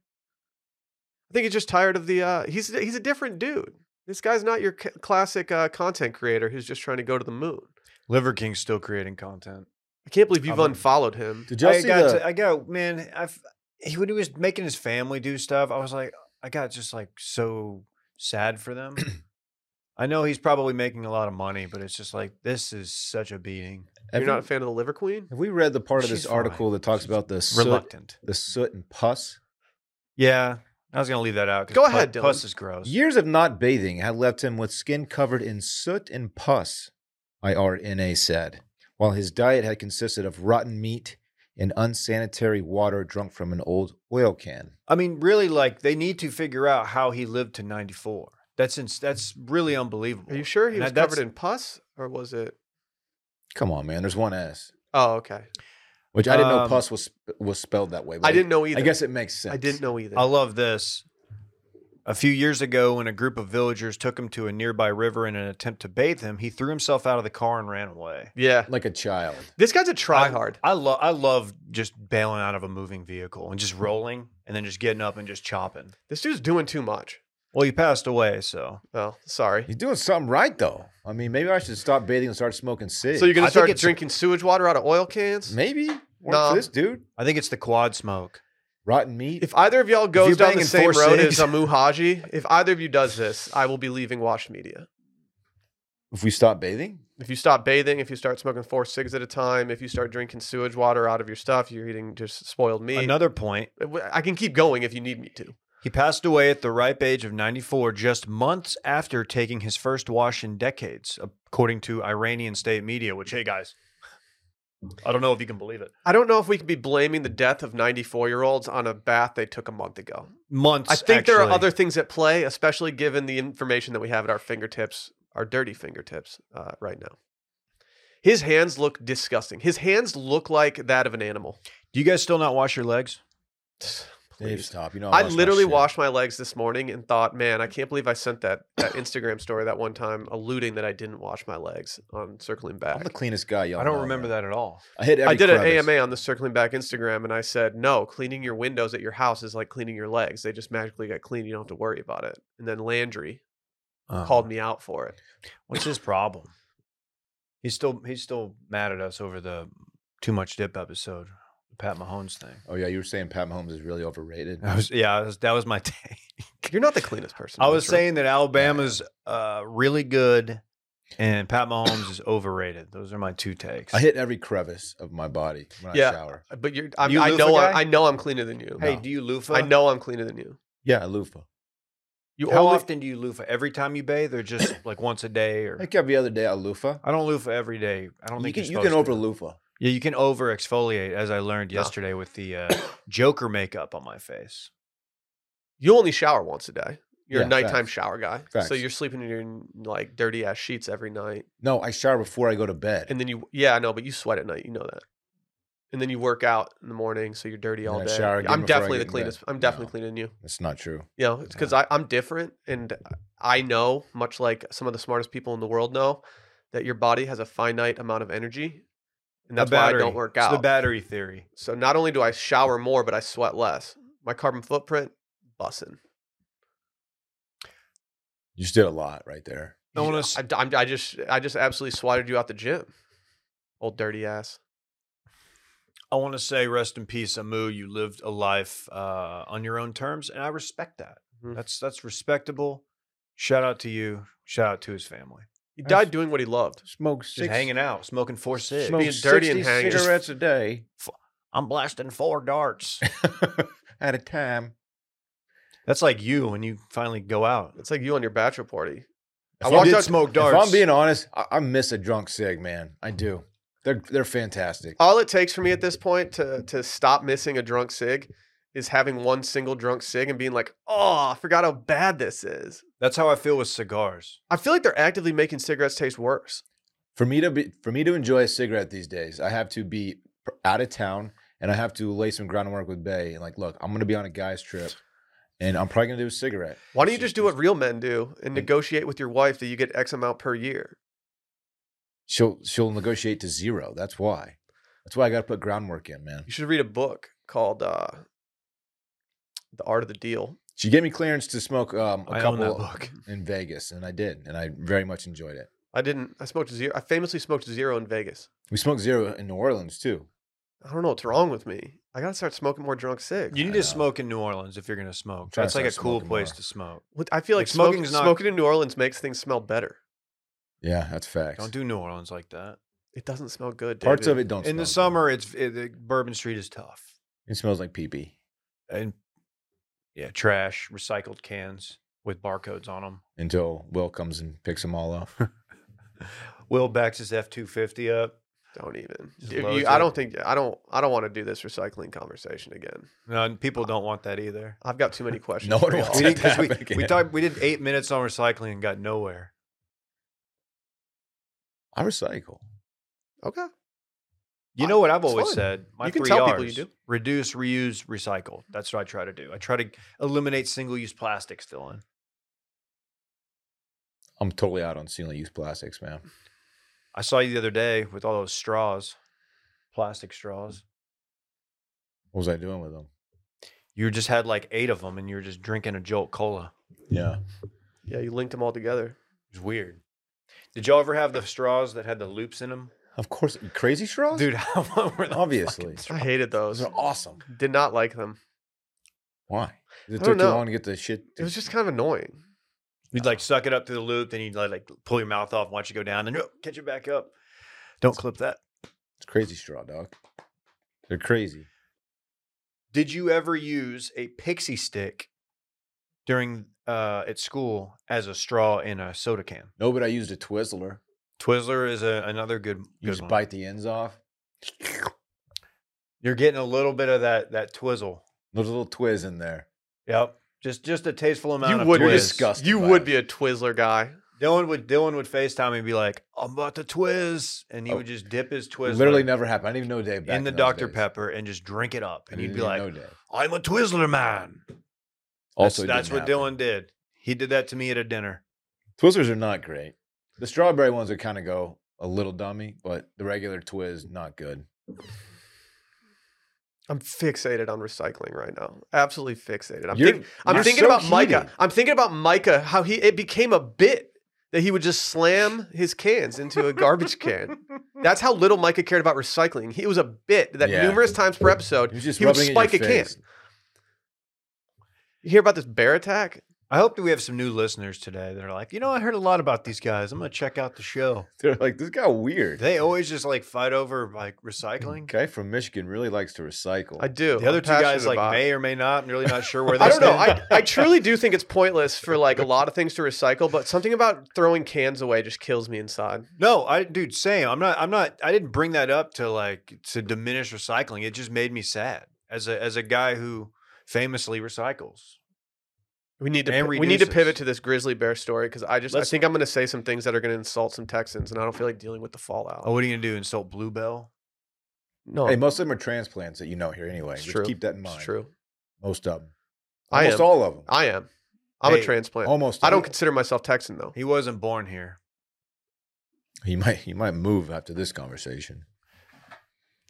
Speaker 1: I think he's just tired of the uh he's he's a different dude. This guy's not your c- classic uh, content creator who's just trying to go to the moon.
Speaker 2: Liver King's still creating content.
Speaker 1: I can't believe you've
Speaker 2: I'm-
Speaker 1: unfollowed him.
Speaker 3: Did y'all
Speaker 2: I
Speaker 3: see
Speaker 2: got,
Speaker 3: the-
Speaker 2: to, I got, man. I he when he was making his family do stuff, I was like, I got just like so sad for them. I know he's probably making a lot of money, but it's just like this is such a beating.
Speaker 3: have,
Speaker 1: You're not a
Speaker 3: you-
Speaker 1: fan of the liver queen?
Speaker 3: have we read the part of
Speaker 2: She's
Speaker 3: this
Speaker 2: fine.
Speaker 3: article that talks
Speaker 2: She's
Speaker 3: about the soot,
Speaker 2: Reluctant.
Speaker 3: the soot and pus?
Speaker 2: Yeah, I was gonna leave that out. 'cause
Speaker 1: Go
Speaker 2: pu-
Speaker 1: ahead, Dylan.
Speaker 2: Puss is gross.
Speaker 3: Years of not bathing had left him with skin covered in soot and pus, IRNA said, while his diet had consisted of rotten meat and unsanitary water drunk from an old oil can.
Speaker 2: I mean, really, like they need to figure out how he lived to ninety four. That's ins- that's really unbelievable.
Speaker 1: Are you sure he
Speaker 2: And
Speaker 1: was
Speaker 2: that's-
Speaker 1: covered in pus or was it
Speaker 3: Come on, man. There's one S,
Speaker 1: Oh, okay.
Speaker 3: which I didn't know
Speaker 2: Um,
Speaker 3: pus was sp- was spelled that way.
Speaker 1: I didn't know either.
Speaker 3: I guess it makes sense.
Speaker 1: I didn't know either.
Speaker 2: I love this. A few years ago, when a group of villagers took him to a nearby river in an attempt to bathe him, he threw himself out of the car and ran away.
Speaker 1: yeah.
Speaker 3: Like a child.
Speaker 1: This guy's a tryhard.
Speaker 2: I love I love just bailing out of a moving vehicle and just rolling and then just getting up and just chopping.
Speaker 1: This dude's doing too much.
Speaker 2: Well, you passed away, so
Speaker 1: Oh, sorry.
Speaker 3: He's doing something right though. I mean, maybe I should stop bathing and start smoking cigs.
Speaker 1: So you're
Speaker 2: I
Speaker 1: gonna
Speaker 2: think
Speaker 1: start
Speaker 2: it's-
Speaker 1: drinking sewage water out of oil cans?
Speaker 3: maybe work
Speaker 1: No.
Speaker 3: for this dude.
Speaker 2: I think it's the quad smoke.
Speaker 3: Rotten meat.
Speaker 1: If either of y'all goes
Speaker 2: you're
Speaker 1: down the
Speaker 2: banging
Speaker 1: same
Speaker 2: four
Speaker 1: road
Speaker 2: cigs-
Speaker 1: as Amu Haji, if either of you does this, I will be leaving Wash Media.
Speaker 3: If we stop bathing,
Speaker 1: If you stop bathing, if you start smoking four cigs at a time, if you start drinking sewage water out of your stuff, you're eating just spoiled meat.
Speaker 2: Another point.
Speaker 1: I can keep going if you need me to.
Speaker 2: He passed away at the ripe age of 94, just months after taking his first wash in decades, according to Iranian state media, which, hey guys, I don't know if you can believe it.
Speaker 1: I don't know if we can be blaming the death of 94 year olds on a bath they took a month ago.
Speaker 2: Months.
Speaker 1: I think there are
Speaker 2: actually.
Speaker 1: other things at play, especially given the information that we have at our fingertips, our dirty fingertips, uh, right now. His hands look disgusting. His hands look like that of an animal.
Speaker 2: Do you guys still not wash your legs?
Speaker 3: Dave,
Speaker 1: please.
Speaker 3: stop. You know,
Speaker 1: I
Speaker 3: lost my
Speaker 1: literally
Speaker 3: shit.
Speaker 1: washed my legs this morning and thought, man, I can't believe I sent that, that Instagram story that one time alluding that I didn't wash my legs on circling
Speaker 3: I'm
Speaker 1: back.
Speaker 3: the cleanest guy. Y'all
Speaker 2: I don't
Speaker 3: know,
Speaker 2: remember
Speaker 3: man.
Speaker 2: that at all.
Speaker 3: I hit. Every
Speaker 1: I did
Speaker 3: crevice.
Speaker 1: an AMA on the circling back Instagram and I said, no, cleaning your windows at your house is like cleaning your legs. They just magically get clean. You don't have to worry about it. And then Landry
Speaker 2: Oh. Uh-huh.
Speaker 1: called me out for it.
Speaker 2: What's his problem? He's still he's still mad at us over the too much dip episode, Pat Mahomes thing.
Speaker 3: Oh yeah, you were saying Pat Mahomes is really overrated.
Speaker 2: I was yeah, I was, that was my take.
Speaker 1: You're not the cleanest person.
Speaker 2: I
Speaker 1: on the
Speaker 2: was
Speaker 1: trip.
Speaker 2: saying that Alabama's uh, really good, and Pat Mahomes is overrated. Those are my two takes.
Speaker 3: I hit every crevice of my body when
Speaker 1: Yeah.
Speaker 3: I shower.
Speaker 1: but you're, I'm,
Speaker 2: You
Speaker 1: I
Speaker 2: loofah
Speaker 1: know, I'm,
Speaker 2: guy?
Speaker 1: I know I'm cleaner than you.
Speaker 2: hey,
Speaker 3: No.
Speaker 2: do you loofah?
Speaker 1: I know I'm cleaner than you.
Speaker 3: Yeah, a loofah.
Speaker 1: You
Speaker 2: How
Speaker 1: only-
Speaker 2: often do you loofah? Every time you bathe, or just like once a day? Or
Speaker 3: Like every other day, a loofah.
Speaker 2: I don't loofah every day. I don't
Speaker 3: You
Speaker 2: think
Speaker 3: can
Speaker 2: you're
Speaker 3: you can
Speaker 2: supposed
Speaker 3: over
Speaker 2: to.
Speaker 3: loofah.
Speaker 2: Yeah, you can over exfoliate, as I learned
Speaker 1: No.
Speaker 2: yesterday with the uh, Joker makeup on my face.
Speaker 1: you only shower once a day. You're
Speaker 3: Yeah,
Speaker 1: a nighttime
Speaker 3: facts.
Speaker 1: shower guy,
Speaker 3: Facts.
Speaker 1: so you're sleeping in your like dirty ass sheets every night,
Speaker 3: No, I shower before I go to bed.
Speaker 1: and then you yeah I know, but you sweat at night, you know that, and then you work out in the morning, so you're dirty
Speaker 3: And
Speaker 1: all
Speaker 3: I
Speaker 1: day.
Speaker 3: shower again
Speaker 1: I'm
Speaker 3: before I
Speaker 1: definitely
Speaker 3: get
Speaker 1: the
Speaker 3: in bed.
Speaker 1: cleanest. I'm definitely
Speaker 3: No.
Speaker 1: cleaner than you.
Speaker 3: That's not true.
Speaker 1: You know, it's because I'm different, and I know much like some of the smartest people in the world know that your body has a finite amount of energy, and that's
Speaker 2: The
Speaker 1: why I
Speaker 2: battery.
Speaker 1: don't work
Speaker 2: It's
Speaker 1: out.
Speaker 2: the battery theory.
Speaker 1: so not only do I shower more, but I sweat less. My carbon footprint, bussin'.
Speaker 3: You just did a lot right there.
Speaker 2: I wanna
Speaker 1: Yeah,
Speaker 2: s-
Speaker 1: I, I'm- I just, I just absolutely swatted you out the gym, old dirty ass.
Speaker 2: I want to say rest in peace, Amu. You lived a life uh, on your own terms, and I respect that.
Speaker 1: Mhm.
Speaker 2: That's that's respectable. Shout out to you. Shout out to his family.
Speaker 1: He
Speaker 3: That's-
Speaker 1: died doing what he loved.
Speaker 3: Smokes
Speaker 2: Just hanging out, smoking four cigs.
Speaker 1: Smoke- being dirty and hanging.
Speaker 3: a day
Speaker 2: I'm blasting four darts.
Speaker 3: at a time.
Speaker 2: That's like you when you finally go out.
Speaker 1: It's like you on your bachelor party. I
Speaker 3: If I'm
Speaker 2: I
Speaker 1: walked
Speaker 2: did
Speaker 1: out-
Speaker 2: smoke
Speaker 3: If
Speaker 2: darts.
Speaker 3: I'm being honest, I, I miss a drunk cig, man. I do. They're they're fantastic.
Speaker 1: All it takes for me at this point to to stop missing a drunk sig is having one single drunk sig and being like, oh, I forgot how bad this is.
Speaker 2: That's how I feel with cigars.
Speaker 1: I feel like they're actively making cigarettes taste worse.
Speaker 3: For me to be for me to enjoy a cigarette these days, I have to be pr- out of town and I have to lay some groundwork with Bay and like, look, I'm gonna be on a guy's trip and I'm probably gonna do a cigarette.
Speaker 1: Why don't you just do what real men do and negotiate with your wife that you get X amount per year?
Speaker 3: She'll she'll negotiate to zero. That's why. That's why I gotta put groundwork in, man.
Speaker 1: You should read a book called uh, "The Art of the Deal."
Speaker 3: She gave me clearance to smoke um, a
Speaker 2: I own that
Speaker 3: couple
Speaker 2: book.
Speaker 3: in Vegas, and I did, and I very much enjoyed it.
Speaker 1: I didn't. I smoked zero. I famously smoked zero in Vegas.
Speaker 3: We smoked zero in New Orleans too.
Speaker 1: I don't know what's wrong with me. I gotta start smoking more drunk cigs.
Speaker 2: You need
Speaker 3: I
Speaker 2: to
Speaker 3: know.
Speaker 2: smoke in New Orleans if you're going to smoke.
Speaker 3: trying to
Speaker 2: That's like a
Speaker 3: start
Speaker 2: cool
Speaker 3: smoking
Speaker 2: place
Speaker 3: more.
Speaker 2: to smoke.
Speaker 1: What- I feel
Speaker 2: Like,
Speaker 1: like, smoking,
Speaker 2: smoking's not-
Speaker 1: smoking in New Orleans makes things smell better.
Speaker 3: Yeah, that's facts.
Speaker 2: Don't do New Orleans like that.
Speaker 1: It doesn't smell good.
Speaker 3: Parts of
Speaker 1: David.
Speaker 3: it don't.
Speaker 2: in the
Speaker 3: smell good.
Speaker 2: summer, it's it, it- Bourbon Street is tough.
Speaker 3: it smells like pee pee.
Speaker 2: and yeah, trash, recycled cans with barcodes on them.
Speaker 3: Until Will comes and picks them all up.
Speaker 2: Will backs his F two fifty up.
Speaker 1: Don't even.
Speaker 2: Just
Speaker 1: Dude,
Speaker 2: loads
Speaker 1: you, I
Speaker 2: it.
Speaker 1: don't think. I don't. I don't want to do this recycling conversation again.
Speaker 2: No, and
Speaker 1: Oh.
Speaker 2: people don't want that either.
Speaker 1: I've got too many questions.
Speaker 3: No
Speaker 1: for
Speaker 3: one
Speaker 1: y'all.
Speaker 3: wants
Speaker 2: We
Speaker 3: that
Speaker 2: did, 'cause we,
Speaker 3: happen
Speaker 2: we
Speaker 3: again.
Speaker 2: talked. We did eight minutes on recycling and got nowhere.
Speaker 3: I recycle.
Speaker 1: Okay.
Speaker 2: You
Speaker 1: I-
Speaker 2: know what I've
Speaker 1: it's
Speaker 2: always
Speaker 1: fine.
Speaker 2: said? My
Speaker 1: You can
Speaker 2: three
Speaker 1: tell
Speaker 2: R's,
Speaker 1: people you do.
Speaker 2: Reduce, reuse, recycle. That's what I try to do. I try to eliminate single use plastic still in.
Speaker 3: I'm totally out on single use plastics, man.
Speaker 2: I saw you the other day with all those straws, plastic straws.
Speaker 3: What was I doing with them?
Speaker 2: You just had like eight of them and you were just drinking a Jolt Cola.
Speaker 3: Yeah.
Speaker 1: Yeah, you linked them all together.
Speaker 2: It was weird. Did y'all ever have the straws that had the loops in them?
Speaker 3: Of course, crazy straws,
Speaker 2: Dude, how long were the
Speaker 3: Obviously.
Speaker 2: fucking
Speaker 1: I
Speaker 2: straws?
Speaker 1: hated
Speaker 3: Those
Speaker 1: those.
Speaker 3: are awesome.
Speaker 1: Did not like them.
Speaker 3: Why? 'Cause It
Speaker 1: I
Speaker 3: took
Speaker 1: don't
Speaker 3: too
Speaker 1: know.
Speaker 3: long to get the shit.
Speaker 1: It was just kind of annoying.
Speaker 2: You'd like suck it up through the loop, then you'd like, like pull your mouth off and watch it go down, and oh, catch it back up. Don't clip that.
Speaker 3: It's crazy straw, dog. They're crazy.
Speaker 2: Did you ever use a pixie stick during uh, at school as a straw in a soda can?
Speaker 3: No, but I used a Twizzler.
Speaker 2: Twizzler is a, another good.
Speaker 3: You
Speaker 2: good
Speaker 3: just
Speaker 2: one.
Speaker 3: bite the ends off.
Speaker 2: You're getting a little bit of that that twizzle.
Speaker 3: There's a little twizz in there.
Speaker 2: Yep. Just just a tasteful amount. of
Speaker 1: would
Speaker 2: twizz.
Speaker 1: be
Speaker 3: disgusted
Speaker 1: You
Speaker 3: by
Speaker 1: would
Speaker 3: it.
Speaker 1: be a Twizzler guy.
Speaker 2: Dylan would Dylan would FaceTime me and be like, "I'm about to twizz," and
Speaker 1: Oh.
Speaker 2: he would just dip his Twizzler
Speaker 3: Literally never happened. I didn't even know Dave back
Speaker 2: in the
Speaker 3: those
Speaker 2: Dr
Speaker 3: days.
Speaker 2: Pepper and just drink it up,
Speaker 3: I
Speaker 2: and he'd
Speaker 1: Mm,
Speaker 3: didn't
Speaker 2: be
Speaker 3: even
Speaker 2: like,
Speaker 3: know Dave.
Speaker 2: "I'm a Twizzler man."
Speaker 3: also
Speaker 2: that's, that's
Speaker 3: didn't
Speaker 2: what Dylan did. He did that to me at a dinner.
Speaker 3: happen. Twizzlers are not great. The strawberry ones would kind of go a little dummy, but the regular Twiz not good.
Speaker 1: I'm fixated on recycling right now. Absolutely fixated. I'm,
Speaker 3: You're-
Speaker 1: think- I'm
Speaker 3: you're
Speaker 1: thinking
Speaker 3: so
Speaker 1: about Micah.
Speaker 3: heated.
Speaker 1: I'm thinking about Micah. How he it became a bit that he would just slam his cans into a garbage can. That's how little Micah cared about recycling. He, it was a bit that
Speaker 3: Yeah.
Speaker 1: numerous times per episode
Speaker 3: You're just
Speaker 1: he would
Speaker 3: rubbing it in your
Speaker 1: spike a can.
Speaker 3: face.
Speaker 1: You hear about this bear attack?
Speaker 2: I hope that we have some new listeners today that are like, you know, I heard a lot about these guys. I'm gonna check out the show.
Speaker 3: They're like, this guy weird.
Speaker 2: They always just like fight over like recycling.
Speaker 3: guy from Michigan really likes to recycle.
Speaker 1: I do.
Speaker 2: The other
Speaker 1: I'm
Speaker 2: two guys
Speaker 1: passionate
Speaker 2: like
Speaker 1: about it.
Speaker 2: may or may not, and really not sure where they
Speaker 1: I don't know.
Speaker 2: stand.
Speaker 1: I, I truly do think it's pointless for like a lot of things to recycle, but something about throwing cans away just kills me inside.
Speaker 2: No, I dude, same. I'm not I'm not I didn't bring that up to like to diminish recycling. It just made me sad as a as a guy who famously recycles.
Speaker 1: We need to
Speaker 2: And
Speaker 1: pi- we need to
Speaker 2: reduces.
Speaker 1: pivot to this grizzly bear story because I just I
Speaker 2: Let's-
Speaker 1: think I'm going to say some things that are going to insult some Texans, and I don't feel like dealing with the fallout.
Speaker 2: Oh, what are you gonna do? Insult Bluebell?
Speaker 1: no,
Speaker 3: hey, most of them are transplants that you know here anyway.
Speaker 1: It's
Speaker 3: Just
Speaker 1: true.
Speaker 3: keep that in
Speaker 1: it's
Speaker 3: mind.
Speaker 1: true.
Speaker 3: Most of them.
Speaker 1: I
Speaker 3: Almost
Speaker 1: am.
Speaker 3: all of them.
Speaker 1: I am. I'm
Speaker 2: Hey,
Speaker 1: a transplant.
Speaker 3: Almost.
Speaker 1: I don't
Speaker 3: all.
Speaker 1: consider myself Texan though.
Speaker 2: He wasn't born here.
Speaker 3: You might. You might move after this conversation.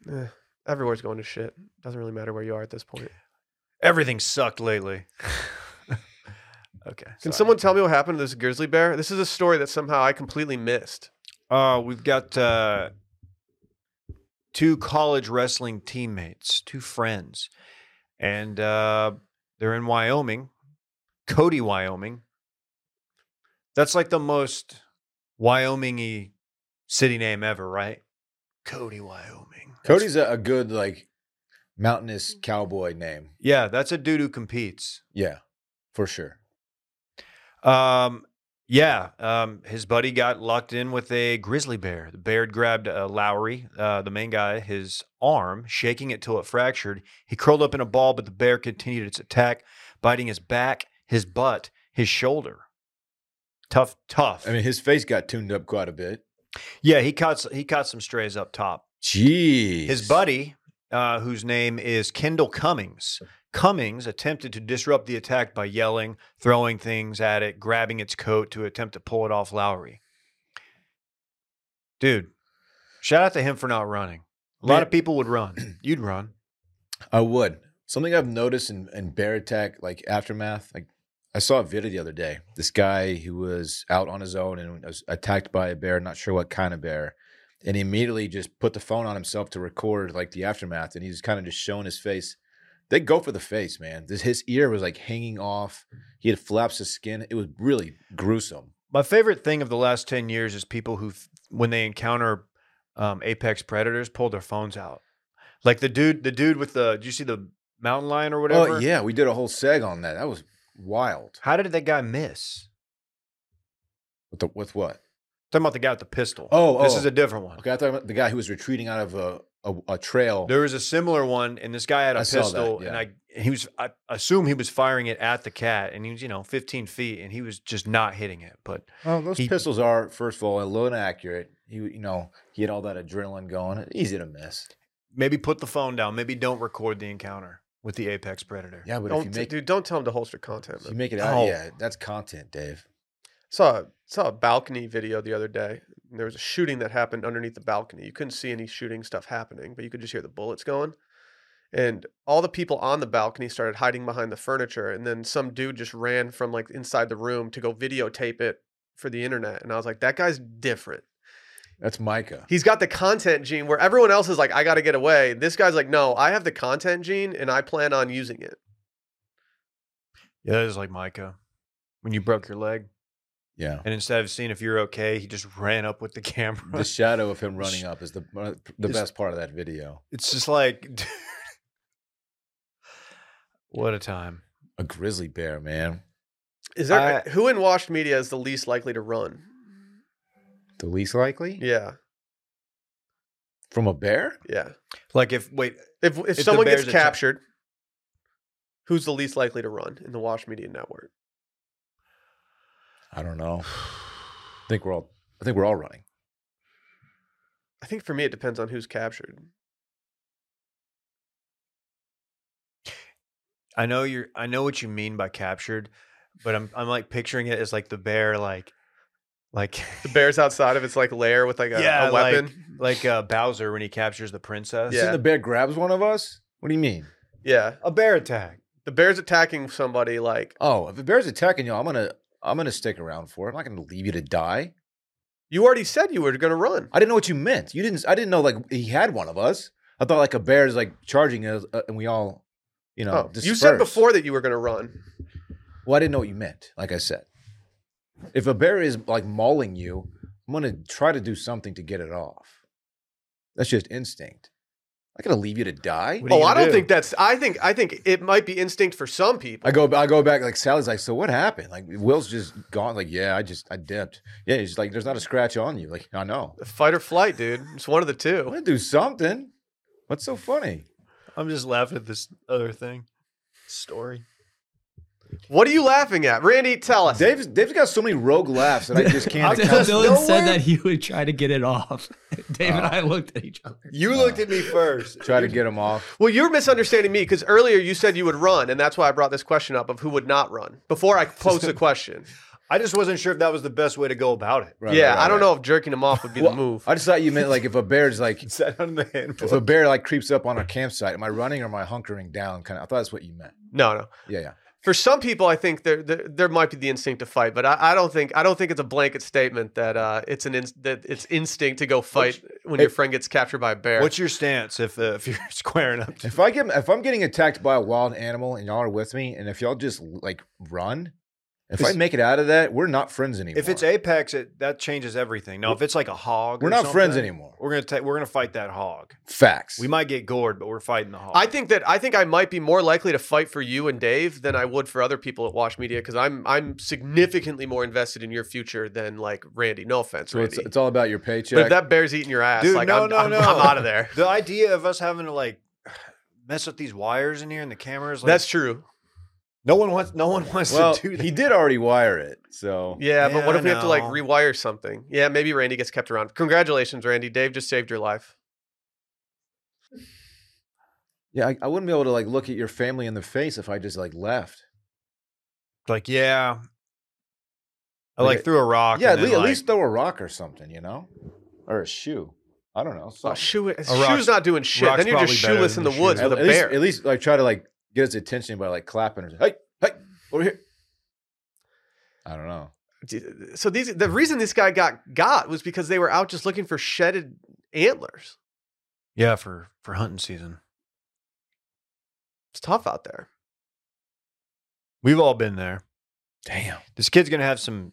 Speaker 1: Eh, everywhere's going to shit. Doesn't really matter where you are at this point.
Speaker 2: Everything sucked lately. okay.
Speaker 1: Can
Speaker 2: sorry.
Speaker 1: someone tell me what happened to this grizzly bear? This is a story that somehow I completely missed.
Speaker 2: Uh, we've got uh, two college wrestling teammates, two friends, and uh, they're in Wyoming, Cody, Wyoming. That's like the most Wyoming-y city name ever, right? Cody, Wyoming.
Speaker 3: Cody's a, a good like mountainous cowboy name.
Speaker 2: Yeah, that's a dude who competes.
Speaker 3: Yeah, for sure.
Speaker 2: Um, yeah, um, his buddy got locked in with a grizzly bear. The bear had grabbed uh, Lowry, uh, the main guy, his arm, shaking it till it fractured. He curled up in a ball, but the bear continued its attack, biting his back, his butt, his shoulder. Tough, tough.
Speaker 3: I mean, his face got tuned up quite a bit.
Speaker 2: yeah, he caught s- he caught some strays up top.
Speaker 3: Jeez.
Speaker 2: His buddy, uh, whose name is Kendall Cummings, Cummings attempted to disrupt the attack by yelling, throwing things at it, grabbing its coat to attempt to pull it off Lowry. Dude, shout out to him for not running. A lot of
Speaker 3: Man.
Speaker 2: people would run. You'd run.
Speaker 3: I would. Something I've noticed in, in bear attack, like aftermath, like I saw a video the other day. This guy who was out on his own and was attacked by a bear, not sure what kind of bear, and he immediately just put the phone on himself to record like the aftermath, and he's kind of just showing his face. They go for the face, man. This, his ear was like hanging off. He had flaps of skin. It was really gruesome.
Speaker 2: My favorite thing of the last 10 years is people who, when they encounter um, apex predators, pull their phones out. Like the dude, the dude with the, did you see the mountain lion or whatever?
Speaker 3: Oh yeah, we did a whole seg on that. That was wild.
Speaker 2: How did that guy miss?
Speaker 3: With the, with what?
Speaker 2: Talking about the guy with the pistol.
Speaker 3: Oh,
Speaker 2: this
Speaker 3: oh.
Speaker 2: is a different one.
Speaker 3: Okay, I thought about the guy who was retreating out of a a, a trail.
Speaker 2: There was a similar one, and this guy had a
Speaker 3: I saw that,
Speaker 2: pistol,
Speaker 3: yeah.
Speaker 2: and I and he was I assume he was firing it at the cat, and he was you know 15 feet, and he was just not hitting it. But
Speaker 3: Well, Oh, those
Speaker 2: He-
Speaker 3: pistols are, first of all, low and accurate. He, you know, he had all that adrenaline going. Easy to miss.
Speaker 2: maybe put the phone down. Maybe don't record the encounter with the apex predator.
Speaker 3: Yeah, but
Speaker 1: Don't
Speaker 3: if you
Speaker 1: t-
Speaker 3: make
Speaker 1: dude, don't tell him to holster content.
Speaker 3: if
Speaker 1: Man.
Speaker 3: you make it out,
Speaker 2: Oh.
Speaker 3: yeah, that's content, Dave.
Speaker 1: saw a, saw a balcony video the other day. And there was a shooting that happened underneath the balcony. You couldn't see any shooting stuff happening, but you could just hear the bullets going. And all the people on the balcony started hiding behind the furniture, and then some dude just ran from like inside the room to go videotape it for the internet. And I was like, that guy's different.
Speaker 3: That's Micah.
Speaker 1: He's got the content gene where everyone else is like, I got to get away. This guy's like, no, I have the content gene, and I plan on using it.
Speaker 2: Yeah, that is like Micah when you broke your leg,
Speaker 3: Yeah.
Speaker 2: and instead of seeing if you're okay, he just ran up with the camera.
Speaker 3: The shadow of him running up is the uh, the
Speaker 2: Just-
Speaker 3: best part of that video.
Speaker 2: it's just like, dude, what a time.
Speaker 3: A grizzly bear, man.
Speaker 1: Is there
Speaker 2: I-
Speaker 1: who in washed media is the least likely to run?
Speaker 3: The least likely
Speaker 1: Yeah,
Speaker 3: from a bear.
Speaker 1: yeah.
Speaker 2: Like if wait,
Speaker 1: If if,
Speaker 2: the
Speaker 1: someone gets
Speaker 2: Bears attack-
Speaker 1: captured, who's the least likely to run in the Wash Media Network?
Speaker 3: I don't know. think we're all. I think we're all running.
Speaker 1: I think for me, it depends on who's captured.
Speaker 2: I know you're. I know what you mean by captured, but I'm. I'm like picturing it as like the bear, like, like
Speaker 1: The bear's outside of its like lair with like a, a
Speaker 2: Yeah, like-
Speaker 1: weapon.
Speaker 2: like uh, Bowser when he captures the princess.
Speaker 1: Yeah.
Speaker 3: Isn't the bear grabs one of us? What do you mean?
Speaker 1: yeah,
Speaker 2: a bear attack.
Speaker 1: the bear's attacking somebody. Like
Speaker 3: Oh, if the bear's attacking you, I'm gonna. I'm gonna stick around for it. I'm not gonna leave you to die.
Speaker 1: you already said, you were gonna run.
Speaker 3: I didn't know what you meant. You didn't. I didn't know like he had one of us. I thought like a bear is like charging us, uh, and we all, you
Speaker 1: oh,
Speaker 3: know,
Speaker 1: you said
Speaker 3: disperse.
Speaker 1: before that you were gonna run.
Speaker 3: Well, I didn't know what you meant. Like I said, if a bear is like mauling you, I'm gonna try to do something to get it off. That's just instinct. I gotta leave you to die.
Speaker 2: What are you
Speaker 1: Oh, I
Speaker 2: gonna
Speaker 1: don't
Speaker 2: do?
Speaker 1: think that's. I think I think it might be instinct for some people.
Speaker 3: I go, I go back. Like Sally's like, so what happened? Like Will's just gone. Like yeah, I just, I dipped. Yeah, he's like, there's not a scratch on you. Like I know.
Speaker 1: Fight or flight, dude. It's one of the
Speaker 3: I'm
Speaker 1: two.
Speaker 3: gonna do something. What's so funny?
Speaker 2: I'm just laughing at this other thing. Story.
Speaker 1: What are you laughing at, Randy? Tell us.
Speaker 3: Dave's, Dave's got so many rogue laughs that I just can't.
Speaker 2: Dylan
Speaker 3: account-
Speaker 4: Dylan
Speaker 2: nowhere?
Speaker 4: said that he would try to get it off. Dave and I looked at each other.
Speaker 2: You looked at me first.
Speaker 3: Try to get him off.
Speaker 1: Well, you're misunderstanding me because earlier you said you would run, and that's why I brought this question up of who would not run before I posed the question.
Speaker 2: I just wasn't sure if that was the best way to go about it.
Speaker 3: Right,
Speaker 1: yeah,
Speaker 3: right,
Speaker 1: I don't
Speaker 3: right.
Speaker 1: know if jerking him off would be
Speaker 3: Well,
Speaker 1: the move.
Speaker 3: I just thought you meant like if a bear's like
Speaker 2: Is that on the handbook?
Speaker 3: if a bear like creeps up on our campsite, am I running or am I hunkering down? Kind of. I thought that's what you meant.
Speaker 1: no, no.
Speaker 3: Yeah, yeah.
Speaker 1: For some people, I think there there, there might be the instinct to fight, but I, I don't think I don't think it's a blanket statement that uh, it's an in, that it's instinct to go fight when your friend gets captured by a bear.
Speaker 2: What's your stance if uh, if you're squaring up? To-
Speaker 3: If I get if I'm getting attacked by a wild animal and y'all are with me, and if y'all just like run, if I
Speaker 2: It's-
Speaker 3: make it out of that, we're not friends anymore.
Speaker 2: if it's apex, it, that changes everything. No, if it's like a hog,
Speaker 3: we're
Speaker 2: or
Speaker 3: not friends
Speaker 2: something,
Speaker 3: anymore.
Speaker 2: We're gonna take. We're gonna fight that hog.
Speaker 3: Facts.
Speaker 2: We might get gored, but we're fighting the hog.
Speaker 1: I think that I think I might be more likely to fight for you and Dave than I would for other people at Wash Media because I'm I'm significantly more invested in your future than like Randy. No offense,
Speaker 3: so it's,
Speaker 1: Randy.
Speaker 3: it's all about your paycheck.
Speaker 1: but if that bear's eating your ass,
Speaker 2: Dude,
Speaker 1: like
Speaker 2: no,
Speaker 1: I'm,
Speaker 2: no,
Speaker 1: I'm,
Speaker 2: no.
Speaker 1: out of there.
Speaker 2: the idea of us having to like mess with these wires in here and the cameras. Like,
Speaker 1: That's true.
Speaker 2: no one wants. No one wants
Speaker 3: well,
Speaker 2: to do that.
Speaker 3: he did already wire it. So
Speaker 1: Yeah, but
Speaker 2: Yeah,
Speaker 1: what
Speaker 2: I
Speaker 1: if we have to like
Speaker 2: know.
Speaker 1: rewire something? Yeah, maybe Randy gets kept around. Congratulations, Randy. Dave just saved your life.
Speaker 3: yeah, I, I wouldn't be able to like look at your family in the face if I just like left.
Speaker 2: like yeah. I
Speaker 3: Like
Speaker 2: like
Speaker 3: a-
Speaker 2: threw a rock.
Speaker 3: yeah,
Speaker 2: and
Speaker 3: at,
Speaker 2: then,
Speaker 3: lea- at
Speaker 2: like-
Speaker 3: least throw a rock or something, you know, or a shoe. I don't know.
Speaker 1: Oh,
Speaker 3: something.
Speaker 1: shoe,
Speaker 2: rock's-
Speaker 1: shoe's not doing shit.
Speaker 2: rock's
Speaker 1: Then you're just
Speaker 2: probably better
Speaker 1: shoeless in
Speaker 2: than
Speaker 1: the
Speaker 2: the shoe.
Speaker 1: woods
Speaker 2: It's
Speaker 3: at,
Speaker 1: with a
Speaker 3: at least,
Speaker 1: bear.
Speaker 3: at least like try to like get his attention by like clapping or hey, hey, over here. I don't know.
Speaker 1: So these the reason this guy got got was because they were out just looking for shedded antlers.
Speaker 2: yeah for for hunting season.
Speaker 1: It's tough out there.
Speaker 2: We've all been there.
Speaker 3: Damn.
Speaker 2: This kid's gonna have some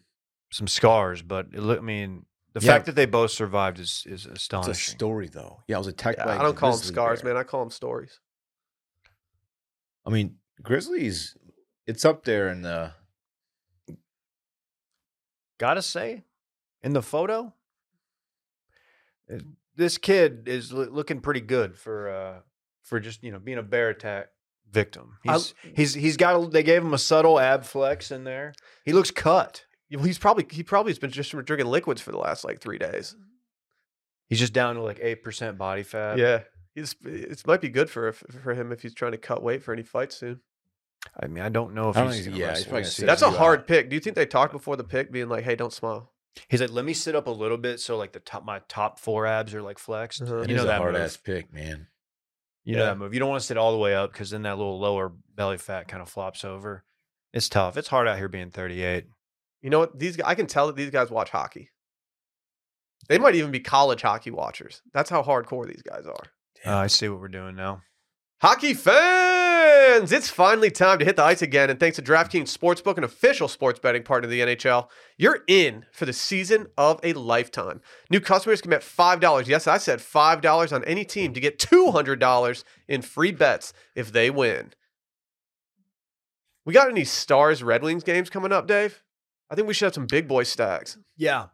Speaker 2: some scars, but it, look- I mean, the
Speaker 3: Yeah.
Speaker 2: fact that they both survived is is
Speaker 3: It's
Speaker 2: astonishing.
Speaker 3: a story though. Yeah, I was attacked
Speaker 1: Yeah,
Speaker 3: by a
Speaker 1: I don't call them
Speaker 3: grizzly
Speaker 1: scars,
Speaker 3: bear.
Speaker 1: man. I call them stories.
Speaker 3: I mean, grizzlies it's up there in the
Speaker 2: gotta say, in the photo, it- this kid is loo- looking pretty good for uh, for just you know being a bear attack victim.
Speaker 1: I-
Speaker 2: He's he's he's got. A, they gave him a subtle ab flex in there. He looks cut.
Speaker 1: Well, he's probably he probably has been just drinking liquids for the last like three days.
Speaker 2: He's just down to like eight percent body fat.
Speaker 1: yeah, he's it might be good for for him if he's trying to cut weight for any fight soon.
Speaker 2: I mean, I don't know if
Speaker 3: I don't
Speaker 2: he's
Speaker 3: think-
Speaker 2: gonna
Speaker 3: yeah, he's
Speaker 2: wrestle
Speaker 3: probably
Speaker 2: this
Speaker 3: gonna sit
Speaker 2: season.
Speaker 1: That's a
Speaker 3: you out.
Speaker 1: hard pick. Do you think they talked before the pick, being like, "Hey, don't smile"?
Speaker 2: He's like, let me sit up a little bit so like the top my top four abs are like flexed.
Speaker 1: Uh-huh. That
Speaker 2: You know that
Speaker 3: hard
Speaker 2: move.
Speaker 3: ass pick, man.
Speaker 2: You know
Speaker 1: Yeah.
Speaker 2: that move. You don't want to sit all the way up because then that little lower belly fat kind of flops over. It's tough. It's hard out here being 38.
Speaker 1: You know what? These gu- I can tell that these guys watch hockey. They might even be college hockey watchers. That's how hardcore these guys are.
Speaker 2: Uh, I see what we're doing now.
Speaker 1: Hockey fans, it's finally time to hit the ice again. And thanks to DraftKings Sportsbook, an official sports betting partner of the NHL, you're in for the season of a lifetime. New customers can bet $5. Yes, I said $5 on any team to get $200 in free bets if they win. We got any Stars Red Wings games coming up, Dave? I think we should have some big boy stacks.
Speaker 2: Yeah.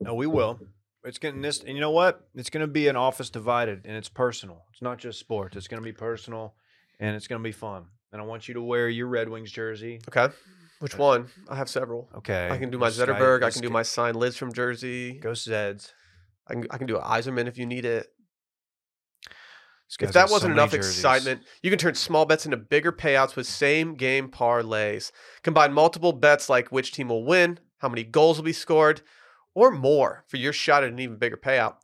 Speaker 2: No, we will. It's getting this, and you know what? It's going to be an office divided, and it's personal. It's not just sports. It's going to be personal, and it's going to be fun. And I want you to wear your Red Wings jersey.
Speaker 1: Okay. Which one? I have several.
Speaker 2: Okay.
Speaker 1: I can do my
Speaker 2: let's-
Speaker 1: Zetterberg. I
Speaker 2: let's
Speaker 1: can do
Speaker 2: get-
Speaker 1: my signed Liz from Jersey.
Speaker 2: Go Zeds.
Speaker 1: I can, I can do an Eiserman if you need it.
Speaker 2: This
Speaker 1: If
Speaker 2: guy's
Speaker 1: that
Speaker 2: got so
Speaker 1: wasn't
Speaker 2: many
Speaker 1: enough
Speaker 2: jerseys.
Speaker 1: excitement, you can turn small bets into bigger payouts with same game parlays. Combine multiple bets like which team will win, how many goals will be scored, or more for your shot at an even bigger payout.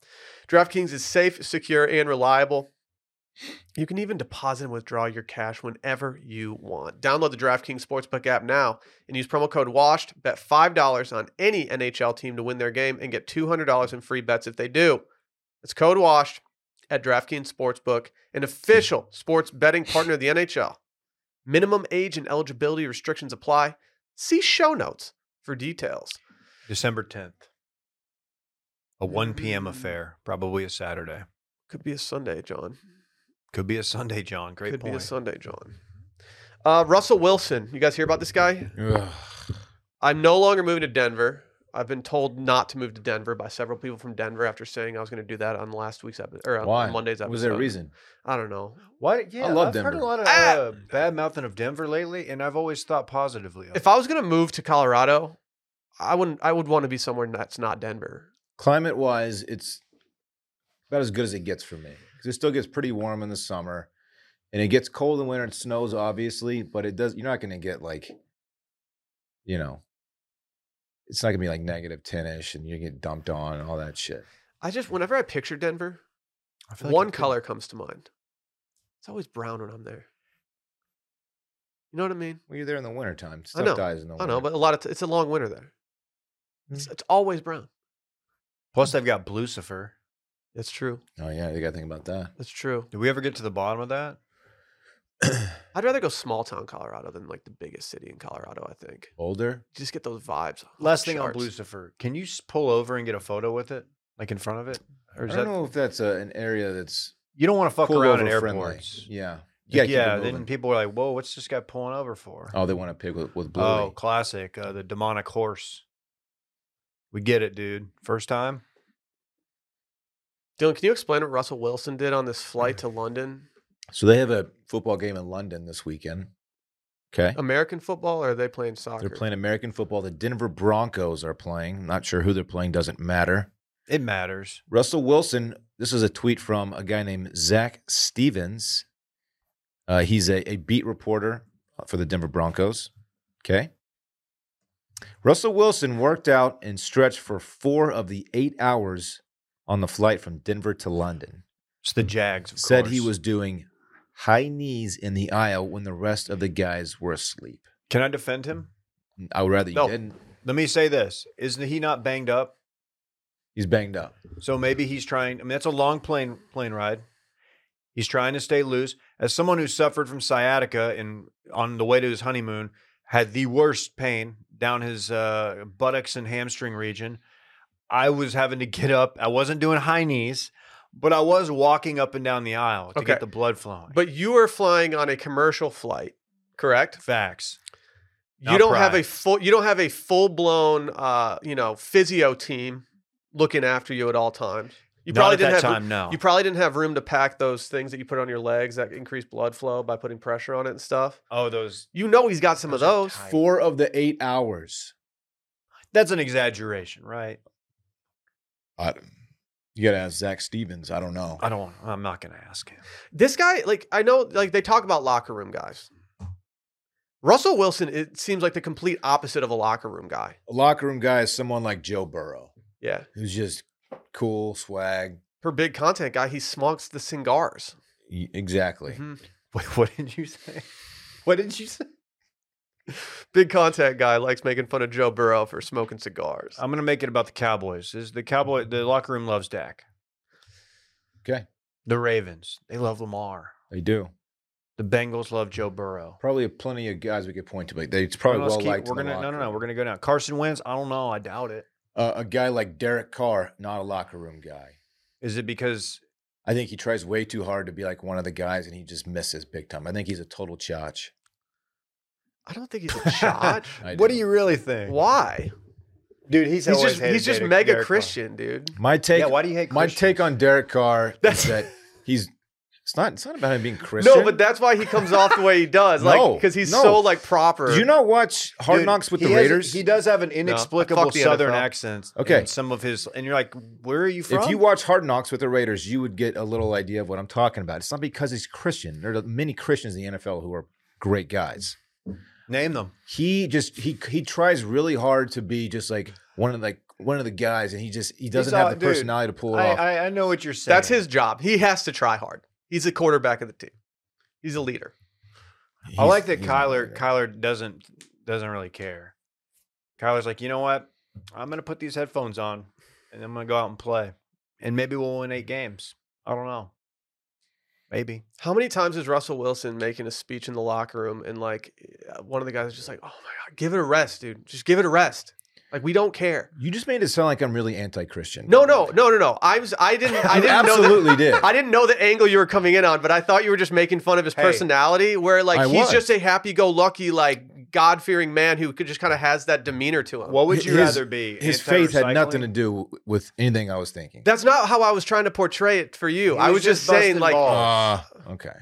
Speaker 1: DraftKings is safe, secure, and reliable. You can even deposit and withdraw your cash whenever you want. Download the DraftKings Sportsbook app now and use promo code WASHED. Bet $5 on any NHL team to win their game and get $200 in free bets if they do. It's code WASHED at DraftKings Sportsbook, an official sports betting partner of the NHL. Minimum age and eligibility restrictions apply. See show notes for details.
Speaker 2: December 10th. A 1 p.m. affair, probably a Saturday.
Speaker 1: Could be a Sunday, John.
Speaker 2: Could be a Sunday, John. Great
Speaker 1: Could
Speaker 2: point.
Speaker 1: be a Sunday, John. Uh, Russell Wilson. You guys hear about this guy?
Speaker 3: Ugh.
Speaker 1: I'm no longer moving to Denver. I've been told not to move to Denver by several people from Denver after saying I was going to do that on last week's episode or on
Speaker 3: Why?
Speaker 1: Monday's episode.
Speaker 3: Was there a reason?
Speaker 1: I don't know.
Speaker 2: Why? Yeah, I
Speaker 3: love
Speaker 2: have heard
Speaker 3: Denver.
Speaker 2: a lot of
Speaker 1: Ah!
Speaker 2: uh, bad mouthing of Denver lately, and I've always thought positively. Of
Speaker 1: If I was going to move to Colorado, I wouldn't. I would want to be somewhere that's not Denver.
Speaker 3: Climate wise, it's about as good as it gets for me. 'Cause It still gets pretty warm in the summer, and it gets cold in winter and snows obviously, but it does. You're not going to get like, you know, it's not going to be like negative ten ish, and you get dumped on and all that shit.
Speaker 1: I just whenever I picture Denver,
Speaker 2: I feel like
Speaker 1: one
Speaker 2: I could-
Speaker 1: color comes to mind. It's always brown when I'm there. You know what I mean?
Speaker 3: Well, you're there in the wintertime.
Speaker 1: I
Speaker 3: Stuff
Speaker 1: know.
Speaker 3: dies in the
Speaker 1: I
Speaker 3: winter.
Speaker 1: don't know, but a lot of t- it's a long winter there. It's,
Speaker 2: Mm.
Speaker 1: it's always brown.
Speaker 2: Plus, they've got Blucifer.
Speaker 1: That's true.
Speaker 3: oh yeah, you got to think about that.
Speaker 1: That's true.
Speaker 2: Did we ever get to the bottom of that?
Speaker 1: I'd rather go small town Colorado than like the biggest city in Colorado. I think
Speaker 3: Older.
Speaker 1: You just get those vibes. off the
Speaker 2: Last thing on
Speaker 1: charts.
Speaker 2: Blucifer. Can you s- pull over and get a photo with it, like in front of it? Or
Speaker 3: I
Speaker 2: is
Speaker 3: don't
Speaker 2: that
Speaker 3: know if that's a, an area that's
Speaker 2: you don't want to fuck
Speaker 3: pull
Speaker 2: around in
Speaker 3: over friendly.
Speaker 2: airports?
Speaker 3: Yeah.
Speaker 2: Yeah,
Speaker 3: keep it
Speaker 2: yeah. Then
Speaker 3: moving.
Speaker 2: people are like, "Whoa, what's this guy pulling over for?"
Speaker 3: Oh, they want to pick with, with Bluey.
Speaker 2: Oh, classic. Uh, the demonic horse. We get it, dude. First time.
Speaker 1: Dylan, can you explain what Russell Wilson did on this flight
Speaker 2: Mm.
Speaker 1: to London?
Speaker 3: So they have a football game in London this weekend. Okay.
Speaker 1: American football, or are they playing Oh, soccer?
Speaker 3: They're playing American football. The Denver Broncos are playing. Not sure who they're playing, doesn't matter.
Speaker 2: It matters.
Speaker 3: Russell Wilson, this is a tweet from a guy named Zach Stevens. Uh, he's a, a beat reporter for the Denver Broncos. Okay. Russell Wilson worked out and stretched for four of the eight hours on the flight from Denver to London.
Speaker 2: It's the Jags. Of
Speaker 3: Said he
Speaker 2: course.
Speaker 3: was doing high knees in the aisle when the rest of the guys were asleep.
Speaker 2: Can I defend him?
Speaker 3: I would rather you
Speaker 1: No.
Speaker 3: didn't.
Speaker 2: Let me say this: Isn't he not banged up?
Speaker 3: He's banged up.
Speaker 2: So maybe he's trying. I mean, that's a long plane plane ride. He's trying to stay loose. As someone who suffered from sciatica and on the way to his honeymoon had the worst pain down his uh, buttocks and hamstring region, I was having to get up. I wasn't doing high knees, but I was walking up and down the aisle to
Speaker 1: Okay.
Speaker 2: get the blood flowing.
Speaker 1: But you are flying on a commercial flight, correct?
Speaker 2: facts.
Speaker 1: you
Speaker 2: Not
Speaker 1: don't have a
Speaker 2: pride.
Speaker 1: full you don't have a full blown uh you know physio team looking after you at all times you
Speaker 2: Not
Speaker 1: probably
Speaker 2: at
Speaker 1: didn't
Speaker 2: that
Speaker 1: have
Speaker 2: time. No,
Speaker 1: you probably didn't have room to pack those things that you put on your legs that increase blood flow by putting pressure on it and stuff
Speaker 2: oh, those.
Speaker 1: you know he's got some of
Speaker 2: Those
Speaker 1: those
Speaker 2: are tight.
Speaker 3: Four of the eight hours.
Speaker 2: That's an exaggeration, right?
Speaker 3: I, you got to ask Zach Stevens. I don't know.
Speaker 2: I don't. I'm not going to ask him.
Speaker 1: this guy like i know like they talk about locker room guys russell wilson it seems like the complete opposite of a locker room guy
Speaker 3: A locker room guy is someone like Joe Burrow,
Speaker 1: yeah
Speaker 3: who's just cool, swag.
Speaker 1: her big content guy he smokes the cigars
Speaker 3: Y- Exactly.
Speaker 2: Mm-hmm.
Speaker 1: Mhm.
Speaker 2: Wait, what did you say? What did you say?
Speaker 1: big content guy likes making fun of joe burrow for smoking cigars
Speaker 2: I'm gonna make it about the Cowboys. Is the Cowboy the locker room loves Dak?
Speaker 3: Okay.
Speaker 2: The Ravens they love Lamar.
Speaker 3: They do.
Speaker 2: The Bengals love Joe Burrow.
Speaker 3: Probably plenty of guys we could point to, but they, it's probably
Speaker 2: Let's
Speaker 3: well
Speaker 2: keep-
Speaker 3: liked.
Speaker 2: We're
Speaker 3: in the
Speaker 2: gonna no no
Speaker 3: locker
Speaker 2: no.
Speaker 3: room.
Speaker 2: We're gonna go down. Carson wins. I don't know. I doubt it.
Speaker 3: Uh, a guy like Derek Carr, not a locker room guy.
Speaker 2: Is it because
Speaker 3: I think he tries way too hard to be like one of the guys, and he just misses big time. I think he's a total chotch.
Speaker 1: I don't think he's a shot.
Speaker 3: I
Speaker 2: what do you really think?
Speaker 1: Why?
Speaker 2: Dude, he's
Speaker 1: He's just he's just mega Christian, dude.
Speaker 3: My take.
Speaker 2: Yeah, why do you hate?
Speaker 3: my
Speaker 2: Christians?
Speaker 3: take on Derek Carr
Speaker 1: That's-
Speaker 3: is that he's It's not. It's not about him being Christian.
Speaker 1: No, but that's why he comes off the way he does. Like,
Speaker 3: No,
Speaker 1: because he's
Speaker 3: no.
Speaker 1: so like proper.
Speaker 3: Did you not watch Hard
Speaker 2: Dude,
Speaker 3: Knocks with
Speaker 2: he
Speaker 3: the
Speaker 2: has-
Speaker 3: Raiders?
Speaker 2: he does have an inexplicable
Speaker 1: fuck the
Speaker 2: Southern
Speaker 1: NFL.
Speaker 2: accent.
Speaker 3: Okay.
Speaker 2: in some of his, and you're like, where are you from?
Speaker 3: If you watch Hard Knocks with the Raiders, you would get a little idea of what I'm talking about. It's not because he's Christian. There are many Christians in the NFL who are great guys.
Speaker 2: name them.
Speaker 3: He just he he tries really hard to be just like one of like one of the guys, and he just he doesn't
Speaker 2: all-
Speaker 3: have the
Speaker 2: dude,
Speaker 3: personality to pull it
Speaker 2: I,
Speaker 3: off.
Speaker 2: I, I know what you're saying.
Speaker 1: that's his job. He has to try hard. He's the quarterback of the team. He's a leader.
Speaker 2: I
Speaker 3: He's-
Speaker 2: like that
Speaker 3: he's not
Speaker 2: Kyler.
Speaker 3: good.
Speaker 2: Kyler doesn't doesn't really care. Kyler's like, you know what? I'm gonna put these headphones on, and I'm gonna go out and play, and maybe we'll win eight games. I don't know. Maybe.
Speaker 1: How many times is Russell Wilson making a speech in the locker room and like uh, one of the guys is just like, "Oh my god, give it a rest, dude. Just give it a rest. Like we don't care."
Speaker 3: You just made it sound like I'm really anti-Christian.
Speaker 1: No, no, no, no, no. I was I didn't I
Speaker 3: You
Speaker 1: didn't know
Speaker 3: absolutely did.
Speaker 1: that, I didn't know the angle you were coming in on, but I thought you were just making fun of his
Speaker 2: Hey.
Speaker 1: personality where like
Speaker 3: I
Speaker 1: he's
Speaker 3: was.
Speaker 1: just a happy-go-lucky like God-fearing man who could just kind of has that demeanor to him.
Speaker 2: What would you
Speaker 3: Uh, His-
Speaker 2: rather be?
Speaker 3: His faith had nothing
Speaker 2: anti-recycling?
Speaker 3: to do with anything I was thinking.
Speaker 1: That's not how I was trying to portray it for you.
Speaker 2: He
Speaker 1: I was
Speaker 2: was
Speaker 1: just,
Speaker 2: just
Speaker 1: saying
Speaker 2: busting
Speaker 1: like
Speaker 2: balls.
Speaker 3: Ah, okay.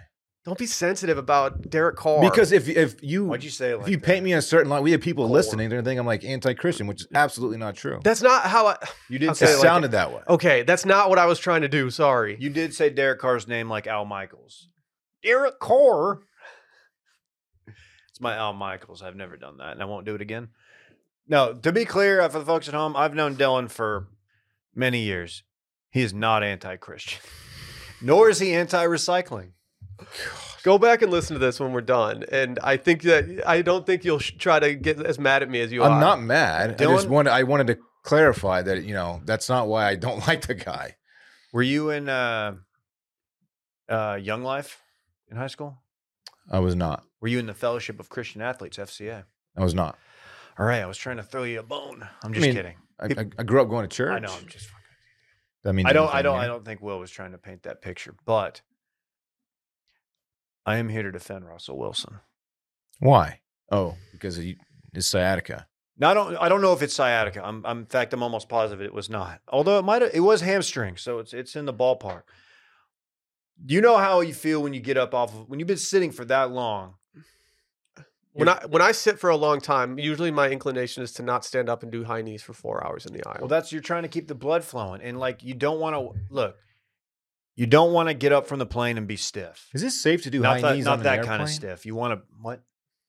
Speaker 1: don't be sensitive about Derek Carr.
Speaker 3: Because if if you
Speaker 2: Why'd you say it like
Speaker 3: if you
Speaker 2: that?
Speaker 3: paint me in a certain light, we have people
Speaker 2: Core.
Speaker 3: listening. They're gonna think I'm like anti-Christian, which is absolutely not true.
Speaker 1: that's not how I
Speaker 2: You didn't
Speaker 1: Okay.
Speaker 3: it
Speaker 2: say like,
Speaker 3: sounded that way.
Speaker 1: Okay, that's not what I was trying to do. Sorry.
Speaker 2: You did say Derek Carr's name like Al Michaels. Derek Carr. It's my Al Michaels. I've never done that, and I won't do it again. No, to be clear uh, for the folks at home, I've known Dylan for many years. He is not anti-Christian, nor is he anti-recycling.
Speaker 1: Go back and listen to this when we're done, and I think that I don't think you'll sh- try to get as mad at me as you are.
Speaker 3: I'm not mad. I just
Speaker 2: Dylan-
Speaker 3: wanted I wanted to clarify that you know that's not why I don't like the guy.
Speaker 2: Were you in uh, uh, Young Life in high school?
Speaker 3: I was not.
Speaker 2: Were you in the Fellowship of Christian Athletes (FCA)?
Speaker 3: I was not.
Speaker 2: All right, I was trying to throw you a bone. I'm just
Speaker 3: mean,
Speaker 2: kidding.
Speaker 3: I, I, I grew up going to church.
Speaker 2: I know. I'm just.
Speaker 3: That means
Speaker 2: I don't. I
Speaker 3: anything,
Speaker 2: don't.
Speaker 3: yeah.
Speaker 2: I don't think Will was trying to paint that picture, but I am here to defend Russell Wilson.
Speaker 3: Why? Oh, because he, his sciatica.
Speaker 2: Now I don't. I don't know if it's sciatica. I'm. I'm in fact, I'm almost positive it was not. Although it might. It was hamstring, so it's. It's in the ballpark. You know how you feel when you get up off of when you've been sitting for that long.
Speaker 1: When I when I sit for a long time, usually my inclination is to not stand up and do high knees for four hours in the aisle.
Speaker 2: Well, that's you're trying to keep the blood flowing, and like you don't want to look. You don't want to get up from the plane and be stiff.
Speaker 3: Is it safe to do
Speaker 2: Not
Speaker 3: high
Speaker 2: that,
Speaker 3: knees
Speaker 2: not
Speaker 3: on
Speaker 2: that
Speaker 3: an airplane?
Speaker 2: kind of stiff. You want to what?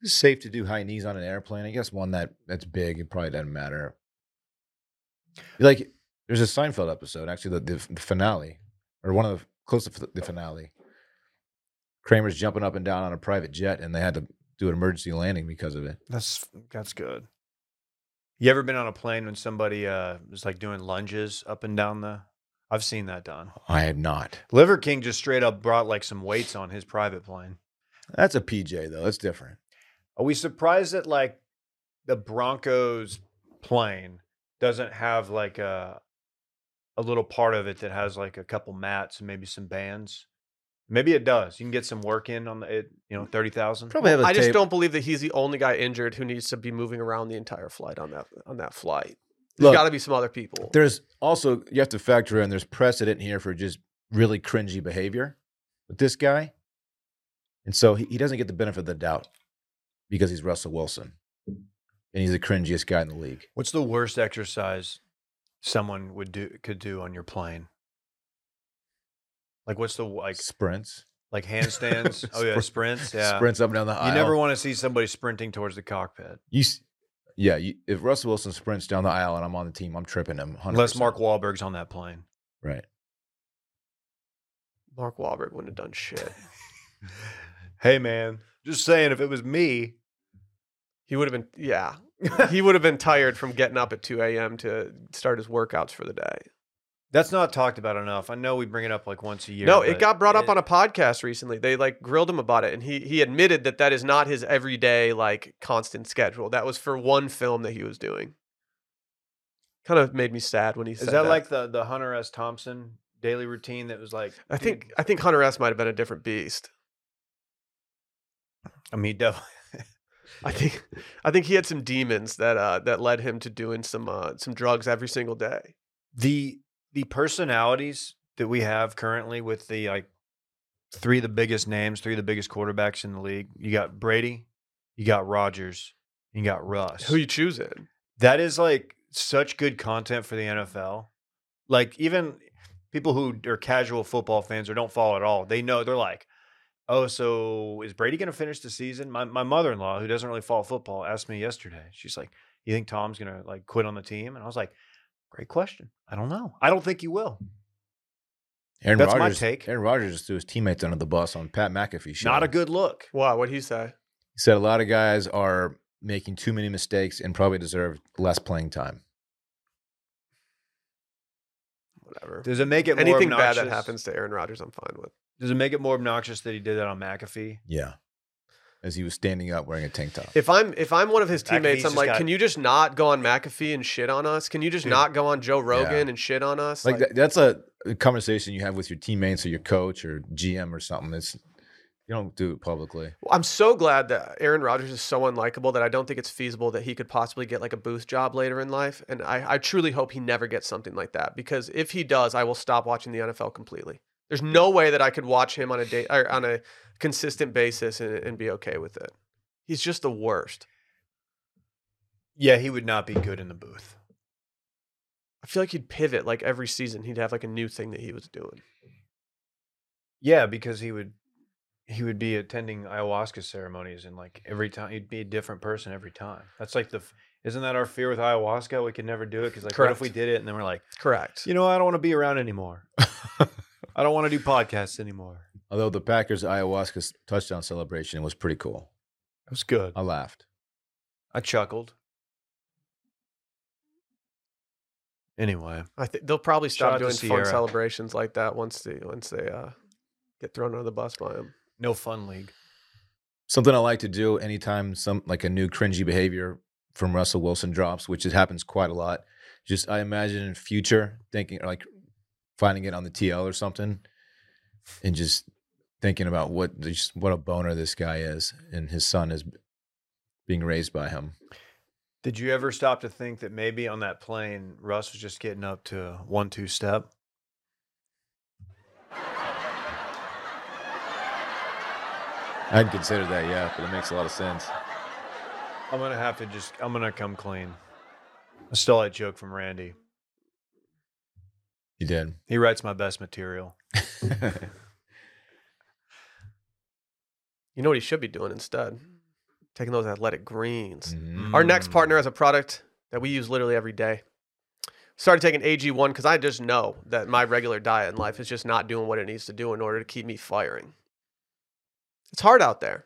Speaker 3: Is it safe to do high knees on an airplane? I guess one that that's big. It probably doesn't matter. Like there's a Seinfeld episode, actually the, the, the finale, or one of the close to f- the finale. Kramer's jumping up and down on a private jet, and they had to do an emergency landing because of it.
Speaker 2: That's that's good. You ever been on a plane when somebody uh was like doing lunges up and down the I've seen that done.
Speaker 3: I have not.
Speaker 2: Liver King just straight up brought like some weights on his private plane.
Speaker 3: That's a PJ though. That's different.
Speaker 2: Are we surprised that like the Broncos plane doesn't have like a a little part of it that has like a couple mats and maybe some bands? Maybe it does. You can get some work in on the it, you know, 30,000.
Speaker 3: Probably have. A
Speaker 1: I just
Speaker 3: tape-
Speaker 1: don't believe that he's the only guy injured who needs to be moving around the entire flight on that on that flight. There's
Speaker 3: Look,
Speaker 1: got to be some other people.
Speaker 3: There's also you have to factor in there's precedent here for just really cringy behavior with this guy, and so he, he doesn't get the benefit of the doubt because he's Russell Wilson and he's the cringiest guy in the league.
Speaker 2: What's the worst exercise someone would do could do on your plane? Like what's the like
Speaker 3: sprints,
Speaker 2: like handstands? oh yeah,
Speaker 3: Sprint-
Speaker 2: sprints. Yeah,
Speaker 3: sprints up and down the
Speaker 2: you
Speaker 3: aisle.
Speaker 2: never want to see somebody sprinting towards the cockpit
Speaker 3: You s- yeah. You, if Russell Wilson sprints down the aisle and I'm on the team, I'm tripping him. 100%.
Speaker 2: unless Mark Wahlberg's on that plane.
Speaker 3: Right.
Speaker 1: Mark Wahlberg wouldn't have done shit.
Speaker 2: Hey man, just saying, if it was me,
Speaker 1: He would have been yeah. he would have been tired from getting up at 2 a.m. to start his workouts for the day.
Speaker 2: that's not talked about enough. I know we bring it up like once a year.
Speaker 1: no, it
Speaker 2: but
Speaker 1: got brought up on a podcast recently. They like grilled him about it, and he he admitted that that is not his everyday like constant schedule. That was for one film that he was doing. Kind of made me sad when he
Speaker 2: Is
Speaker 1: said
Speaker 2: that, like the the Hunter S. Thompson daily routine that was like?
Speaker 1: I
Speaker 2: dude,
Speaker 1: think I think Hunter S might have been a different beast.
Speaker 2: I mean, he definitely.
Speaker 1: I think I think he had some demons that uh that led him to doing some uh some drugs every single day.
Speaker 2: the the personalities that we have currently with the like three of the biggest names, three of the biggest quarterbacks in the league. You got Brady, you got Rodgers, and you got Russ.
Speaker 1: Who you choosing?
Speaker 2: that is like such good content for the NFL. Like even people who are casual football fans or don't follow at all, they know they're like, "Oh, so is Brady going to finish the season?" My my mother in law, who doesn't really follow football, asked me yesterday. She's like, "You think Tom's going to like quit on the team?" And I was like, "Great question. I don't know. I don't think he will.
Speaker 3: Aaron
Speaker 2: That's my
Speaker 3: Rodgers,
Speaker 2: take.
Speaker 3: Aaron Rodgers threw his teammates under the bus on Pat McAfee's show.
Speaker 2: Not a good look."
Speaker 1: Why? What'd he say?
Speaker 3: He said a lot of guys are making too many mistakes and probably deserve less playing time.
Speaker 1: Whatever.
Speaker 2: Does it make it more
Speaker 1: Anything bad that
Speaker 2: obnoxious-
Speaker 1: happens to Aaron Rodgers, I'm fine with.
Speaker 2: Does it make it more obnoxious that he did that on McAfee?
Speaker 3: Yeah. As he was standing up wearing a tank top.
Speaker 1: If I'm if I'm one of his
Speaker 2: That kid's
Speaker 1: teammates, I'm
Speaker 2: just
Speaker 1: like,
Speaker 2: got-
Speaker 1: can you just not go on McAfee and shit on us? Can you just
Speaker 2: Dude.
Speaker 1: not go on Joe Rogan and shit on us?
Speaker 3: like, that, that's a, a conversation you have with your teammates or your coach or GM or something. It's you don't do it publicly.
Speaker 1: I'm so glad that Aaron Rodgers is so unlikable that I don't think it's feasible that he could possibly get like a booth job later in life. And I, I truly hope he never gets something like that because if he does, I will stop watching the NFL completely. There's no way that I could watch him on a day or on a consistent basis and, and be okay with it. He's just the worst.
Speaker 2: Yeah, he would not be good in the booth.
Speaker 1: I feel like he'd pivot like every season. He'd have like a new thing that he was doing.
Speaker 2: Yeah, because he would he would be attending ayahuasca ceremonies and like every time he'd be a different person every time. That's like the f- isn't that our fear with ayahuasca? We could never do it because like what if we
Speaker 1: Correct.
Speaker 2: did it and then we're like,
Speaker 1: Correct.
Speaker 2: you know, I don't want to be around anymore. I don't want to do podcasts anymore.
Speaker 3: Although the Packers ayahuasca touchdown celebration was pretty cool.
Speaker 2: It was good.
Speaker 3: I laughed.
Speaker 2: I chuckled. Anyway,
Speaker 1: I think they'll probably
Speaker 2: Shout
Speaker 1: stop
Speaker 2: out to
Speaker 1: doing
Speaker 2: Sierra.
Speaker 1: fun celebrations like that once they once they uh, get thrown under the bus by him.
Speaker 2: no fun league.
Speaker 3: Something I like to do anytime some like a new cringy behavior from Russell Wilson drops, which it happens quite a lot. Just I imagine in future thinking like finding it on the TL or something, and just thinking about what just what a boner this guy is and his son is being raised by him.
Speaker 2: Did you ever stop to think that maybe on that plane Russ was just getting up to a one two step?
Speaker 3: I'd consider that, yeah, but it makes a lot of sense.
Speaker 2: I'm gonna have to just. I'm gonna come clean. I stole that joke from Randy.
Speaker 3: You did.
Speaker 2: He writes my best material.
Speaker 3: Mm-hmm.
Speaker 1: You know what he should be doing instead? Taking those athletic greens.
Speaker 3: Mhm.
Speaker 1: Our next
Speaker 2: Mm.
Speaker 1: partner has a product that we use literally every day. Started taking AG1 because I just know that my regular diet in life is just not doing what it needs to do in order to keep me firing. It's hard out there.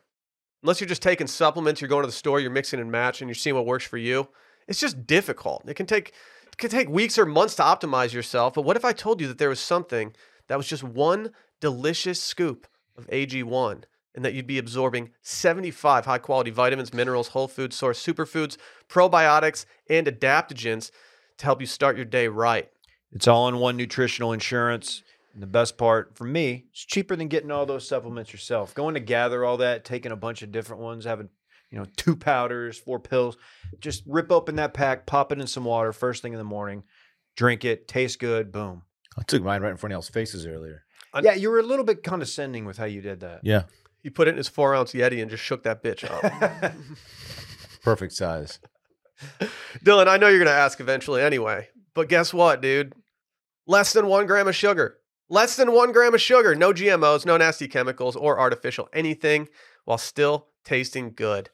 Speaker 1: Unless you're just taking supplements, you're going to the store, you're mixing and matching, you're seeing what works for you. It's just difficult. It can take it can take weeks or months to optimize yourself. But what if I told you that there was something that was just one delicious scoop of AG1 and that you'd be absorbing 75 high quality vitamins, minerals, whole food source superfoods, probiotics, and adaptogens to help you start your day right.
Speaker 2: It's all in one nutritional insurance. And the best part for me, it's cheaper than getting all those supplements yourself. Going to gather all that, taking a bunch of different ones, having you know two powders, four pills. Just rip open that pack, pop it in some water first thing in the morning, drink it, tastes good, boom.
Speaker 3: I took mine right in front of y'all's faces earlier.
Speaker 1: Un-
Speaker 2: yeah, you were a little bit condescending with how you did that.
Speaker 3: Yeah.
Speaker 1: He put it in his four ounce Yeti and just shook that bitch up.
Speaker 3: Perfect size.
Speaker 1: Dylan, I know you're going to ask eventually anyway, but guess what, dude? Less than one gram of sugar. Less than one gram of sugar. No GMOs, no nasty chemicals or artificial anything while still tasting good.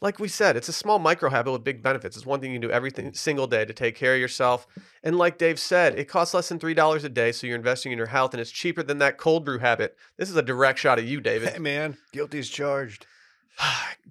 Speaker 1: Like we said, it's a small micro habit with big benefits. It's one thing you can do every thing- single day to take care of yourself. And like Dave said, it costs less than $3 a day, so you're investing in your health and it's cheaper than that cold brew habit. This is a direct shot at you, David.
Speaker 2: hey man, guilty is charged.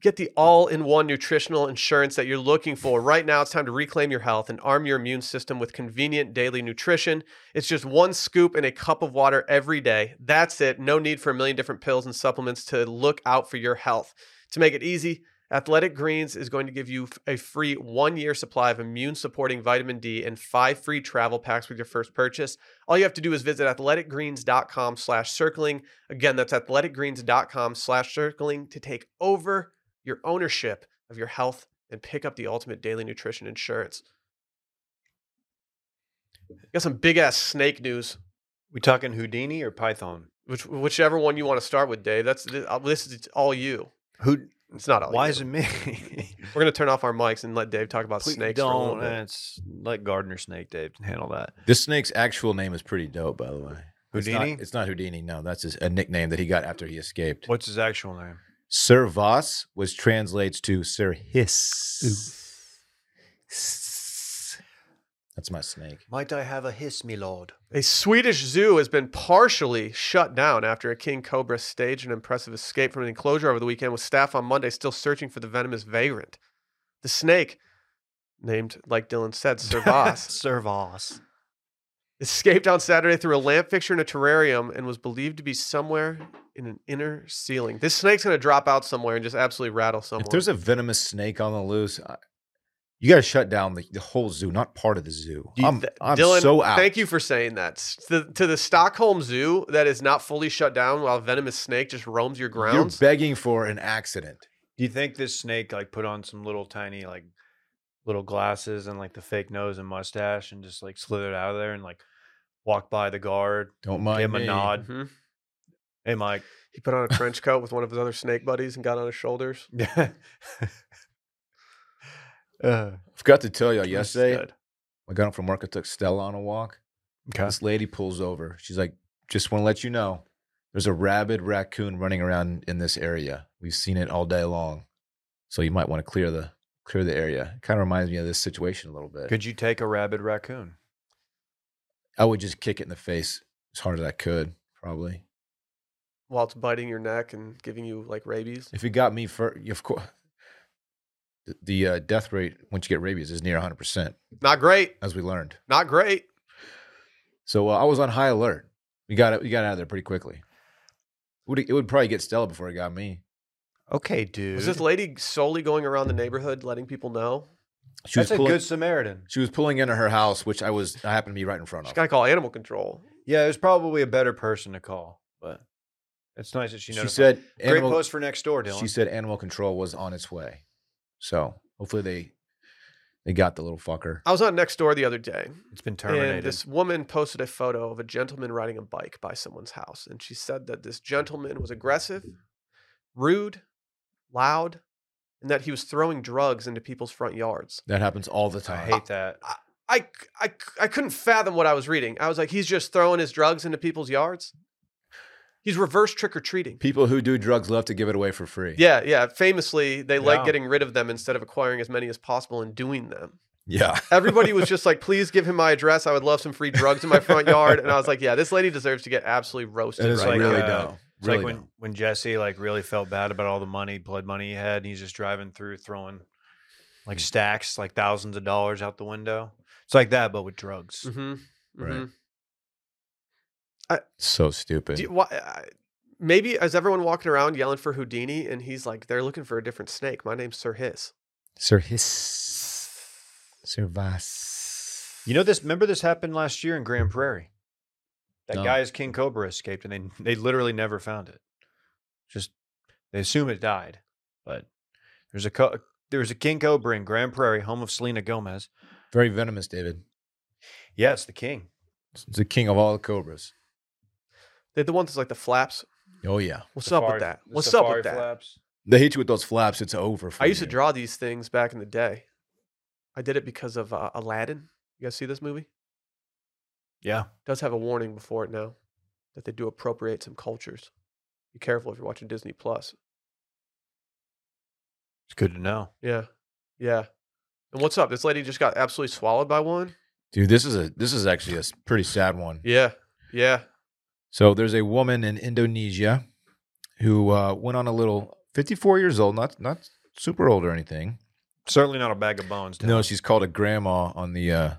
Speaker 1: Get the all in one nutritional insurance that you're looking for. Right now, it's time to reclaim your health and arm your immune system with convenient daily nutrition. It's just one scoop and a cup of water every day. That's it. No need for a million different pills and supplements to look out for your health. To make it easy, Athletic Greens is going to give you f- a free one year supply of immune supporting vitamin D and five free travel packs with your first purchase. All you have to do is visit athleticgreens.com slash circling. Again, that's athleticgreens.com slash circling to take over your ownership of your health and pick up the ultimate daily nutrition insurance. Got some big ass snake news.
Speaker 2: We talking Houdini or Python?
Speaker 1: Which whichever one you want to start with, Dave. That's this, uh, this is all you.
Speaker 2: Who?
Speaker 1: It's not all.
Speaker 2: Why
Speaker 1: you.
Speaker 2: is it me?
Speaker 1: We're gonna turn off our mics and let Dave talk about
Speaker 2: Please
Speaker 1: snakes. For a little
Speaker 2: Don't.
Speaker 1: bit.
Speaker 2: eh, It's let Gardner Snake Dave handle that.
Speaker 3: This snake's actual name is pretty dope, by the way. It's not-
Speaker 2: Houdini?
Speaker 3: It's not, Houdini. No, that's his, a nickname that he got after he escaped.
Speaker 2: What's his actual name?
Speaker 3: Sir Voss, which translates to Sir Hiss. That's my snake.
Speaker 2: Might I have a hiss, me lord?
Speaker 1: A Swedish zoo has been partially shut down after a king cobra staged an impressive escape from an enclosure over the weekend, with staff on Monday still searching for the venomous vagrant. The snake, named, like Dylan said, Servas,
Speaker 2: Servos.
Speaker 1: escaped on Saturday through a lamp fixture in a terrarium and was believed to be somewhere in an inner ceiling. This snake's going to drop out somewhere and just absolutely rattle someone.
Speaker 3: If there's a venomous snake on the loose, I, you got to shut down the, the whole zoo, not part of the zoo.
Speaker 1: You-
Speaker 3: I'm,
Speaker 1: th-
Speaker 3: I'm
Speaker 1: Dylan,
Speaker 3: so out.
Speaker 1: thank you for saying that. S- To, to the Stockholm Zoo that is not fully shut down while a venomous snake just roams your
Speaker 3: You're
Speaker 1: grounds.
Speaker 3: begging for an accident.
Speaker 2: Do you think this snake like put on some little tiny like little glasses and like the fake nose and mustache and just like slithered out of there and like walked by the guard,
Speaker 3: Don't
Speaker 2: gave
Speaker 3: mind
Speaker 2: him a
Speaker 3: me.
Speaker 2: nod.
Speaker 1: Mhm.
Speaker 2: Hey Mike.
Speaker 1: He put on a trench coat with one of his other snake buddies and got on his shoulders.
Speaker 2: Yeah. uh,
Speaker 3: Forgot to tell y'all
Speaker 2: that's
Speaker 3: yesterday.
Speaker 2: good.
Speaker 3: I got home from work. I took Stella on a walk.
Speaker 2: Okay.
Speaker 3: This lady pulls over. She's like, just want to let you know there's a rabid raccoon running around in this area. We've seen it all day long. So you might want to clear the clear the area. It kind of reminds me of this situation a little bit.
Speaker 2: Could you take a rabid raccoon?
Speaker 3: I would just kick it in the face as hard as I could, probably.
Speaker 1: While it's biting your neck and giving you like rabies.
Speaker 3: If it got me for of course the, the uh, death rate once you get rabies is near 100%
Speaker 1: Not great.
Speaker 3: as we learned.
Speaker 1: Not great.
Speaker 3: So uh, I was on high alert. We got it. We got out of there pretty quickly. Would it, it would probably get Stella before it got me.
Speaker 2: Okay, dude.
Speaker 1: Was this lady solely going around the neighborhood letting people know?
Speaker 3: She was
Speaker 2: That's a
Speaker 3: pulling.
Speaker 2: good Samaritan.
Speaker 3: she was pulling into her house, which I was. I happened to be right in front
Speaker 1: She's
Speaker 3: of.
Speaker 1: got to call animal control.
Speaker 2: Yeah, there's probably a better person to call, but it's nice that she
Speaker 3: she
Speaker 2: notified.
Speaker 3: said.
Speaker 2: Great
Speaker 3: Animal,
Speaker 2: post for next door, Dylan.
Speaker 3: she said animal control was on its way. So hopefully they they got the little fucker.
Speaker 1: I was on next door the other day,
Speaker 2: it's been
Speaker 1: and
Speaker 2: terminated.
Speaker 1: this woman posted a photo of a gentleman riding a bike by someone's house, and she said that this gentleman was aggressive, rude, loud, and that he was throwing drugs into people's front yards.
Speaker 3: That happens all the
Speaker 2: I
Speaker 3: time.
Speaker 2: hate that.
Speaker 1: I, I, I couldn't fathom what I was reading. I was like, he's just throwing his drugs into people's yards. He's reverse trick or treating.
Speaker 3: People who do drugs love to give it away for free.
Speaker 1: Yeah, yeah. Famously, they like
Speaker 2: Yeah.
Speaker 1: getting rid of them instead of acquiring as many as possible and doing them.
Speaker 3: yeah.
Speaker 1: Everybody was just like, please give him my address. I would love some free drugs in my front yard. And I was like, yeah, this lady deserves to get absolutely roasted.
Speaker 3: It is
Speaker 1: right
Speaker 2: like,
Speaker 1: now.
Speaker 3: really
Speaker 2: uh,
Speaker 3: dumb.
Speaker 2: It's
Speaker 3: really
Speaker 2: like when,
Speaker 3: dumb.
Speaker 2: when Jesse like really felt bad about all the money, blood money he had, and he's just driving through throwing like
Speaker 3: Hmm.
Speaker 2: stacks, like thousands of dollars out the window. It's like that, but with drugs.
Speaker 1: hmm
Speaker 3: Right. So stupid.
Speaker 1: Do you, why, I- maybe is everyone walking around yelling for Houdini, and he's like, they're looking for a different snake. My name's Sir Hiss.
Speaker 3: Sir Hiss. Sir Vas.
Speaker 2: You know this? Remember this happened last year in Grand Prairie. That
Speaker 3: No.
Speaker 2: guy's King Cobra escaped, and they they literally never found it. Just they assume it died, but there's a co- there's a King Cobra in Grand Prairie, home of Selena Gomez.
Speaker 3: Very venomous, David.
Speaker 2: Yeah, it's the king.
Speaker 3: It's the king of all the cobras.
Speaker 1: They're the ones that's like the flaps.
Speaker 3: Oh yeah.
Speaker 1: What's up
Speaker 2: Safari-
Speaker 1: with that?
Speaker 2: the
Speaker 1: What's up
Speaker 2: safari
Speaker 1: with that?
Speaker 2: flaps.
Speaker 3: They hit you with those flaps. It's over. For
Speaker 1: I used to
Speaker 3: you.
Speaker 1: draw these things back in the day. I did it because of uh, Aladdin. You guys see this movie? It
Speaker 2: Yeah,
Speaker 1: does have a warning before it now that they do appropriate some cultures. Be careful if you're watching Disney Plus.
Speaker 2: it's good to know.
Speaker 1: Yeah. Yeah. And what's up? This lady just got absolutely swallowed by one.
Speaker 3: Dude, this is a this is actually a s- pretty sad one.
Speaker 1: Yeah. Yeah.
Speaker 3: So there's a woman in Indonesia who uh, went on a little 54 years old, not not super old or anything.
Speaker 2: Certainly not a bag of bones.
Speaker 3: No,
Speaker 2: Dylan.
Speaker 3: she's called a grandma on the uh,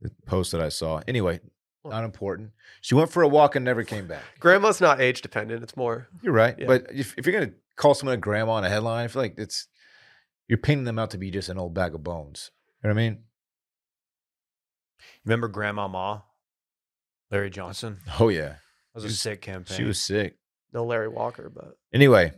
Speaker 3: the post that I saw. Anyway,
Speaker 1: Well-
Speaker 3: not important. She went for a walk and never came back.
Speaker 1: Grandma's not age dependent. It's more
Speaker 3: You're right,
Speaker 1: Yeah.
Speaker 3: but if, if you're gonna call someone a grandma on a headline, I feel like it's you're painting them out to be just an old bag of bones. You know what I mean?
Speaker 2: Remember Grandma Ma, Larry Johnson? That
Speaker 3: Oh yeah,
Speaker 2: was
Speaker 3: She
Speaker 2: a
Speaker 3: was-
Speaker 2: sick campaign.
Speaker 3: she was sick.
Speaker 1: no Larry Walker, but
Speaker 3: Anyway,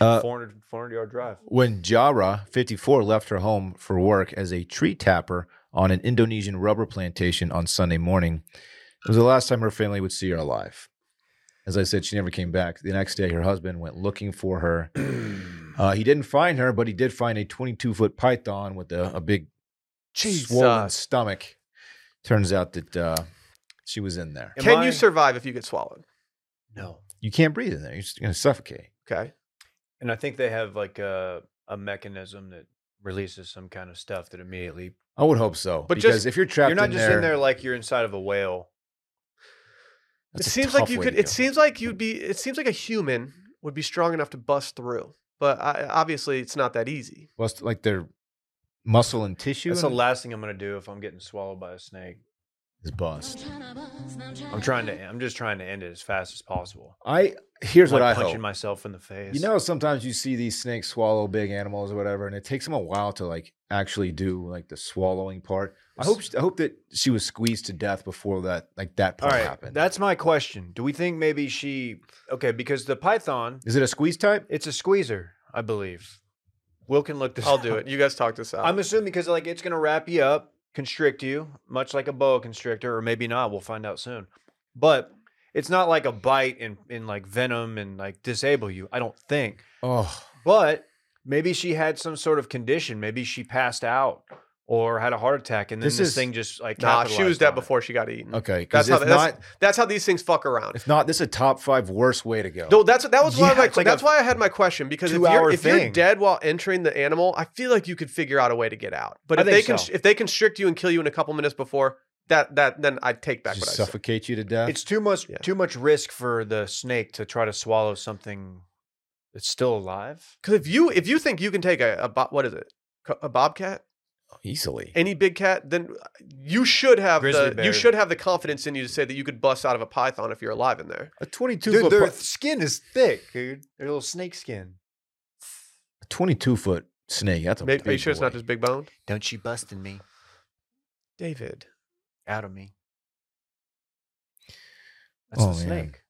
Speaker 3: uh,
Speaker 2: 400, 400 yard drive.
Speaker 3: When Jara, 54, left her home for work as a tree tapper on an Indonesian rubber plantation on Sunday morning, it was the last time her family would see her alive. As I said, she never came back. The next day, her husband went looking for her. Uh, he didn't find her, but he did find a 22 foot python with a, a big swollen
Speaker 1: Jesus.
Speaker 3: stomach. Turns out that uh, she was in there.
Speaker 2: Am
Speaker 1: Can
Speaker 2: I-
Speaker 1: you survive if you get swallowed?
Speaker 2: No.
Speaker 3: You can't breathe in there. You're just going to suffocate.
Speaker 1: Okay.
Speaker 2: And I think they have like a a mechanism that releases some kind of stuff that immediately
Speaker 3: I would hope so.
Speaker 1: But
Speaker 3: because
Speaker 1: just-
Speaker 3: if you're trapped
Speaker 2: you're not
Speaker 3: in
Speaker 2: just
Speaker 3: there,
Speaker 2: in there like you're inside of a whale.
Speaker 1: it
Speaker 3: that's a
Speaker 1: seems like
Speaker 3: tough
Speaker 1: you
Speaker 3: way
Speaker 1: could.
Speaker 3: to
Speaker 1: It
Speaker 3: go.
Speaker 1: seems like you'd be. It seems like a human would be strong enough to bust through. But I, obviously, it's not that easy.
Speaker 3: Must- like their muscle and tissue
Speaker 2: That's the
Speaker 3: in it
Speaker 2: last thing I'm gonna do if I'm getting swallowed by a snake.
Speaker 3: is bust.
Speaker 2: I'm trying to. I'm just trying to end it as fast as possible.
Speaker 3: I here's
Speaker 2: like
Speaker 3: what I
Speaker 2: punching
Speaker 3: hope.
Speaker 2: myself in the face.
Speaker 3: You know, sometimes you see these snakes swallow big animals or whatever, and it takes them a while to like actually do like the swallowing part. I hope I hope that she was squeezed to death before that like that
Speaker 2: All
Speaker 3: part
Speaker 2: right,
Speaker 3: happened.
Speaker 2: that's my question. Do we think maybe she? Okay, because the python,
Speaker 3: is it a squeeze type?
Speaker 2: it's a squeezer, I believe. Will can look this.
Speaker 1: I'll
Speaker 2: up.
Speaker 1: do it. You guys talk this out.
Speaker 2: I'm assuming because like it's gonna wrap you up, constrict you, much like a boa constrictor, or maybe not. We'll find out soon. But it's not like a bite and and like venom and like disable you. I don't think.
Speaker 3: Oh,
Speaker 2: But maybe she had some sort of condition. Maybe she passed out or had a heart attack, and then
Speaker 3: This
Speaker 2: this,
Speaker 3: is-
Speaker 2: thing just like
Speaker 1: nah, she was
Speaker 2: capitalized
Speaker 1: dead
Speaker 2: on it.
Speaker 1: before she got eaten.
Speaker 3: okay. 'cause
Speaker 1: That's how.
Speaker 3: if
Speaker 1: That's,
Speaker 3: not,
Speaker 1: that's how these things fuck around.
Speaker 3: if not, this is a top five worst way to go.
Speaker 1: No, that's that was one of
Speaker 2: Yeah,
Speaker 1: my.
Speaker 2: it's like
Speaker 1: that's
Speaker 2: a
Speaker 1: why I had my question because if
Speaker 2: two-hour
Speaker 1: you're if you're
Speaker 2: thing.
Speaker 1: dead while entering the animal, I feel like you could figure out a way to get out. But
Speaker 2: I
Speaker 1: if they
Speaker 2: think
Speaker 1: can
Speaker 2: so.
Speaker 1: if they constrict you and kill you in a couple minutes before that that then I'd take back
Speaker 3: just
Speaker 1: what I said.
Speaker 3: suffocate you to death.
Speaker 2: It's too much
Speaker 1: Yeah.
Speaker 2: too much risk for the snake to try to swallow something that's still alive.
Speaker 1: Because if you if you think you can take a, a bo- what is it Co- a bobcat
Speaker 3: easily.
Speaker 1: any big cat then you should have
Speaker 2: Grizzly
Speaker 1: the
Speaker 2: bear.
Speaker 1: you should have the confidence in you to say that you could bust out of a python if you're alive in there.
Speaker 3: A 22
Speaker 2: Dude,
Speaker 3: foot
Speaker 2: their
Speaker 3: pi-
Speaker 2: skin is thick, dude. Their little snake skin.
Speaker 3: a 22 foot snake. That's a
Speaker 1: Maybe, are you
Speaker 3: big
Speaker 1: sure it's not
Speaker 3: boy.
Speaker 1: just big boned?
Speaker 2: Don't you busting me
Speaker 1: David,
Speaker 2: out of me? That's
Speaker 3: Oh,
Speaker 2: the
Speaker 3: man.
Speaker 2: snake.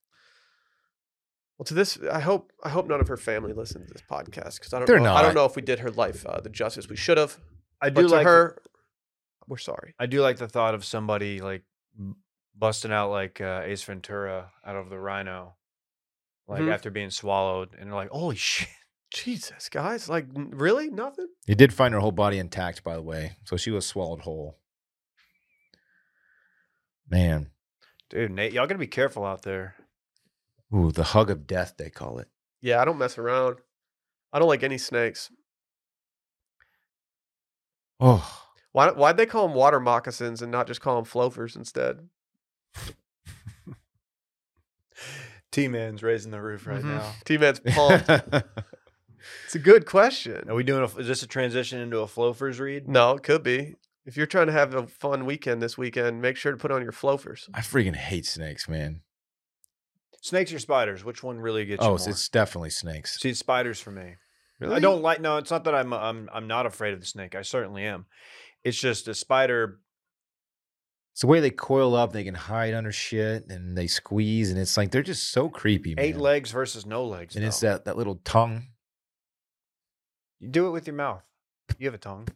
Speaker 1: Well, to this, I hope I hope none of her family listens to this podcast because I don't
Speaker 3: They're
Speaker 1: know, I
Speaker 3: not.
Speaker 1: don't know if we did her life uh, the justice we should have.
Speaker 2: I
Speaker 1: But
Speaker 2: do
Speaker 1: to
Speaker 2: like her.
Speaker 1: her, we're sorry.
Speaker 2: I do like the thought of somebody like b- busting out like uh, Ace Ventura out of the rhino, like
Speaker 1: Mhm.
Speaker 2: after being swallowed, and they're like, "Holy shit!"
Speaker 1: Jesus, guys, like n- really nothing.
Speaker 3: They did find her whole body intact, by the way. So she was swallowed whole. Man.
Speaker 2: Dude, Nate, y'all gotta be careful out there.
Speaker 3: Ooh, the hug of death, they call it.
Speaker 1: Yeah, I don't mess around. I don't like any snakes.
Speaker 3: Oh.
Speaker 1: Why why'd they call them water moccasins and not just call them flofers instead?
Speaker 2: T Man's raising the roof right now.
Speaker 1: T Man's pumped. it's a good question.
Speaker 2: Are we doing? A, is this a transition into a Flofers read?
Speaker 1: No, it could be. If you're trying to have a fun weekend this weekend, make sure to put on your flofers.
Speaker 3: I freaking hate snakes, man.
Speaker 2: Snakes or spiders? Which one really gets you?
Speaker 3: Oh, it's,
Speaker 2: more?
Speaker 3: it's definitely snakes.
Speaker 2: see spiders for me. I don't like. No, it's not that I'm. I'm. I'm not afraid of the snake. I certainly am. It's just a spider.
Speaker 3: It's the way they coil up, they can hide under shit and they squeeze, and it's like they're just so creepy, man.
Speaker 2: Eight legs versus no legs.
Speaker 3: And it's
Speaker 2: though.
Speaker 3: that, that little tongue.
Speaker 2: You do it with your mouth. You have a tongue.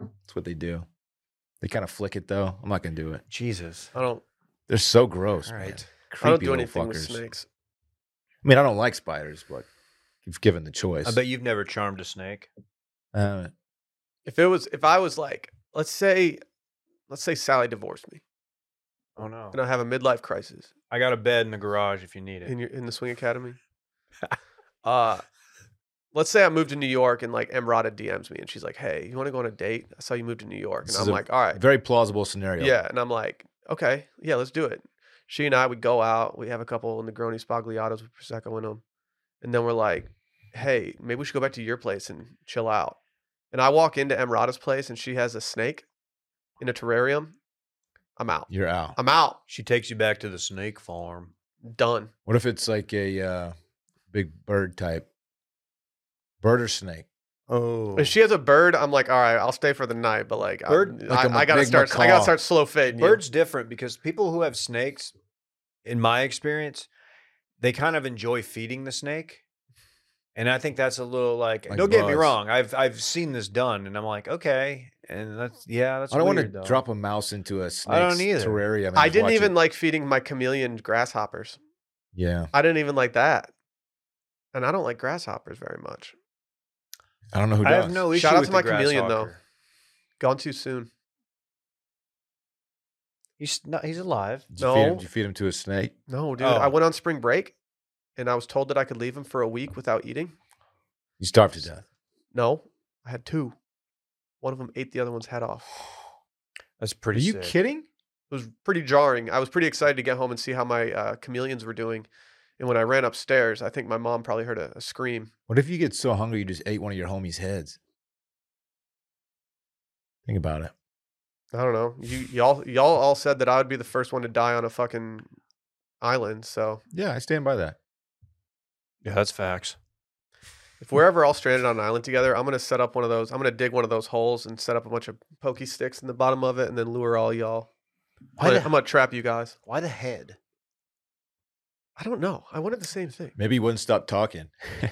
Speaker 3: That's what they do. They kind of flick it though. I'm not gonna do it.
Speaker 2: Jesus.
Speaker 1: I don't.
Speaker 3: They're so gross,
Speaker 2: All
Speaker 3: man.
Speaker 2: right.
Speaker 1: I don't
Speaker 3: Creepy
Speaker 1: do
Speaker 3: little
Speaker 1: anything with
Speaker 3: fuckers.
Speaker 1: snakes.
Speaker 3: I mean, I don't like spiders, but if given the choice,
Speaker 2: I bet you've never charmed a snake.
Speaker 3: Uh,
Speaker 1: If it was, if I was like, let's say, let's say Sally divorced me
Speaker 2: Oh no.
Speaker 1: and I have a midlife crisis
Speaker 2: I got a bed in the garage if you need
Speaker 1: in
Speaker 2: it.
Speaker 1: your in the swing academy. uh, let's say I moved to New York and like Emrata DMs me and she's like, "Hey, you want to go on a date? I saw you moved to New York."
Speaker 3: This
Speaker 1: And
Speaker 3: is
Speaker 1: I'm
Speaker 3: a
Speaker 1: like, "All right,
Speaker 3: very plausible scenario.
Speaker 1: Yeah, and I'm like, okay, yeah, let's do it. She and I would go out. We have a couple Negroni spagliatos with prosecco in them, and then we're like, hey, maybe we should go back to your place and chill out. And I walk into Emrata's place, and she has a snake in a terrarium. I'm out.
Speaker 3: you're out.
Speaker 1: I'm out.
Speaker 2: She takes you back to the snake farm.
Speaker 1: Done.
Speaker 3: What if it's like a uh, big bird type, bird or snake?
Speaker 2: Oh.
Speaker 1: If she has a bird, I'm like, all right, I'll stay for the night. But like,
Speaker 2: Bird-
Speaker 1: I'm-
Speaker 3: Like a
Speaker 1: I, I gotta
Speaker 3: big
Speaker 1: start. I
Speaker 3: macaw.
Speaker 1: gotta start slow fading. you.
Speaker 2: Bird's different because people who have snakes, in my experience, they kind of enjoy feeding the snake. And I think that's a little like,
Speaker 3: Like
Speaker 2: don't get me
Speaker 3: buzz.
Speaker 2: wrong. I've I've seen this done and I'm like, okay. And that's yeah, that's
Speaker 3: I don't
Speaker 2: weird,
Speaker 3: want to
Speaker 2: though.
Speaker 3: drop a mouse into a snake's
Speaker 2: I don't either.
Speaker 3: terrarium. and
Speaker 1: I
Speaker 3: just
Speaker 1: didn't
Speaker 3: watch
Speaker 1: even
Speaker 3: it.
Speaker 1: like feeding my chameleon grasshoppers.
Speaker 3: Yeah.
Speaker 1: I didn't even like that. And I don't like grasshoppers very much.
Speaker 3: I don't know who
Speaker 2: I
Speaker 3: does.
Speaker 2: have no issue
Speaker 1: Shout out
Speaker 2: with
Speaker 1: to
Speaker 2: the
Speaker 1: my chameleon, though.
Speaker 2: grasshopper.
Speaker 1: Gone too soon.
Speaker 2: He's not, he's alive.
Speaker 3: Did you, feed him,
Speaker 1: No.
Speaker 3: did you feed him to a snake?
Speaker 1: No, dude.
Speaker 2: Oh.
Speaker 1: I went on spring break and I was told that I could leave him for a week without eating.
Speaker 3: You starved to death.
Speaker 1: No, I had two. One of them ate the other one's head off.
Speaker 2: That's
Speaker 3: Are
Speaker 2: pretty.
Speaker 3: you
Speaker 2: sick.
Speaker 3: kidding?
Speaker 1: It was pretty jarring. I was pretty excited to get home and see how my uh, chameleons were doing. And when I ran upstairs, I think my mom probably heard a, a scream.
Speaker 3: What if you get so hungry you just ate one of your homies' heads? Think about it.
Speaker 1: I don't know. You y'all y'all all said that I would be the first one to die on a fucking island. So
Speaker 3: Yeah, I stand by that.
Speaker 2: Yeah, that's facts.
Speaker 1: if we're ever all stranded on an island together, I'm gonna set up one of those. I'm gonna dig one of those holes and set up a bunch of pokey sticks in the bottom of it, and then lure all y'all. I'm
Speaker 2: Why
Speaker 1: gonna,
Speaker 2: the-
Speaker 1: I'm gonna trap you guys.
Speaker 2: Why the head?
Speaker 1: I don't know. I wanted the same thing.
Speaker 3: Maybe he wouldn't stop talking.
Speaker 1: I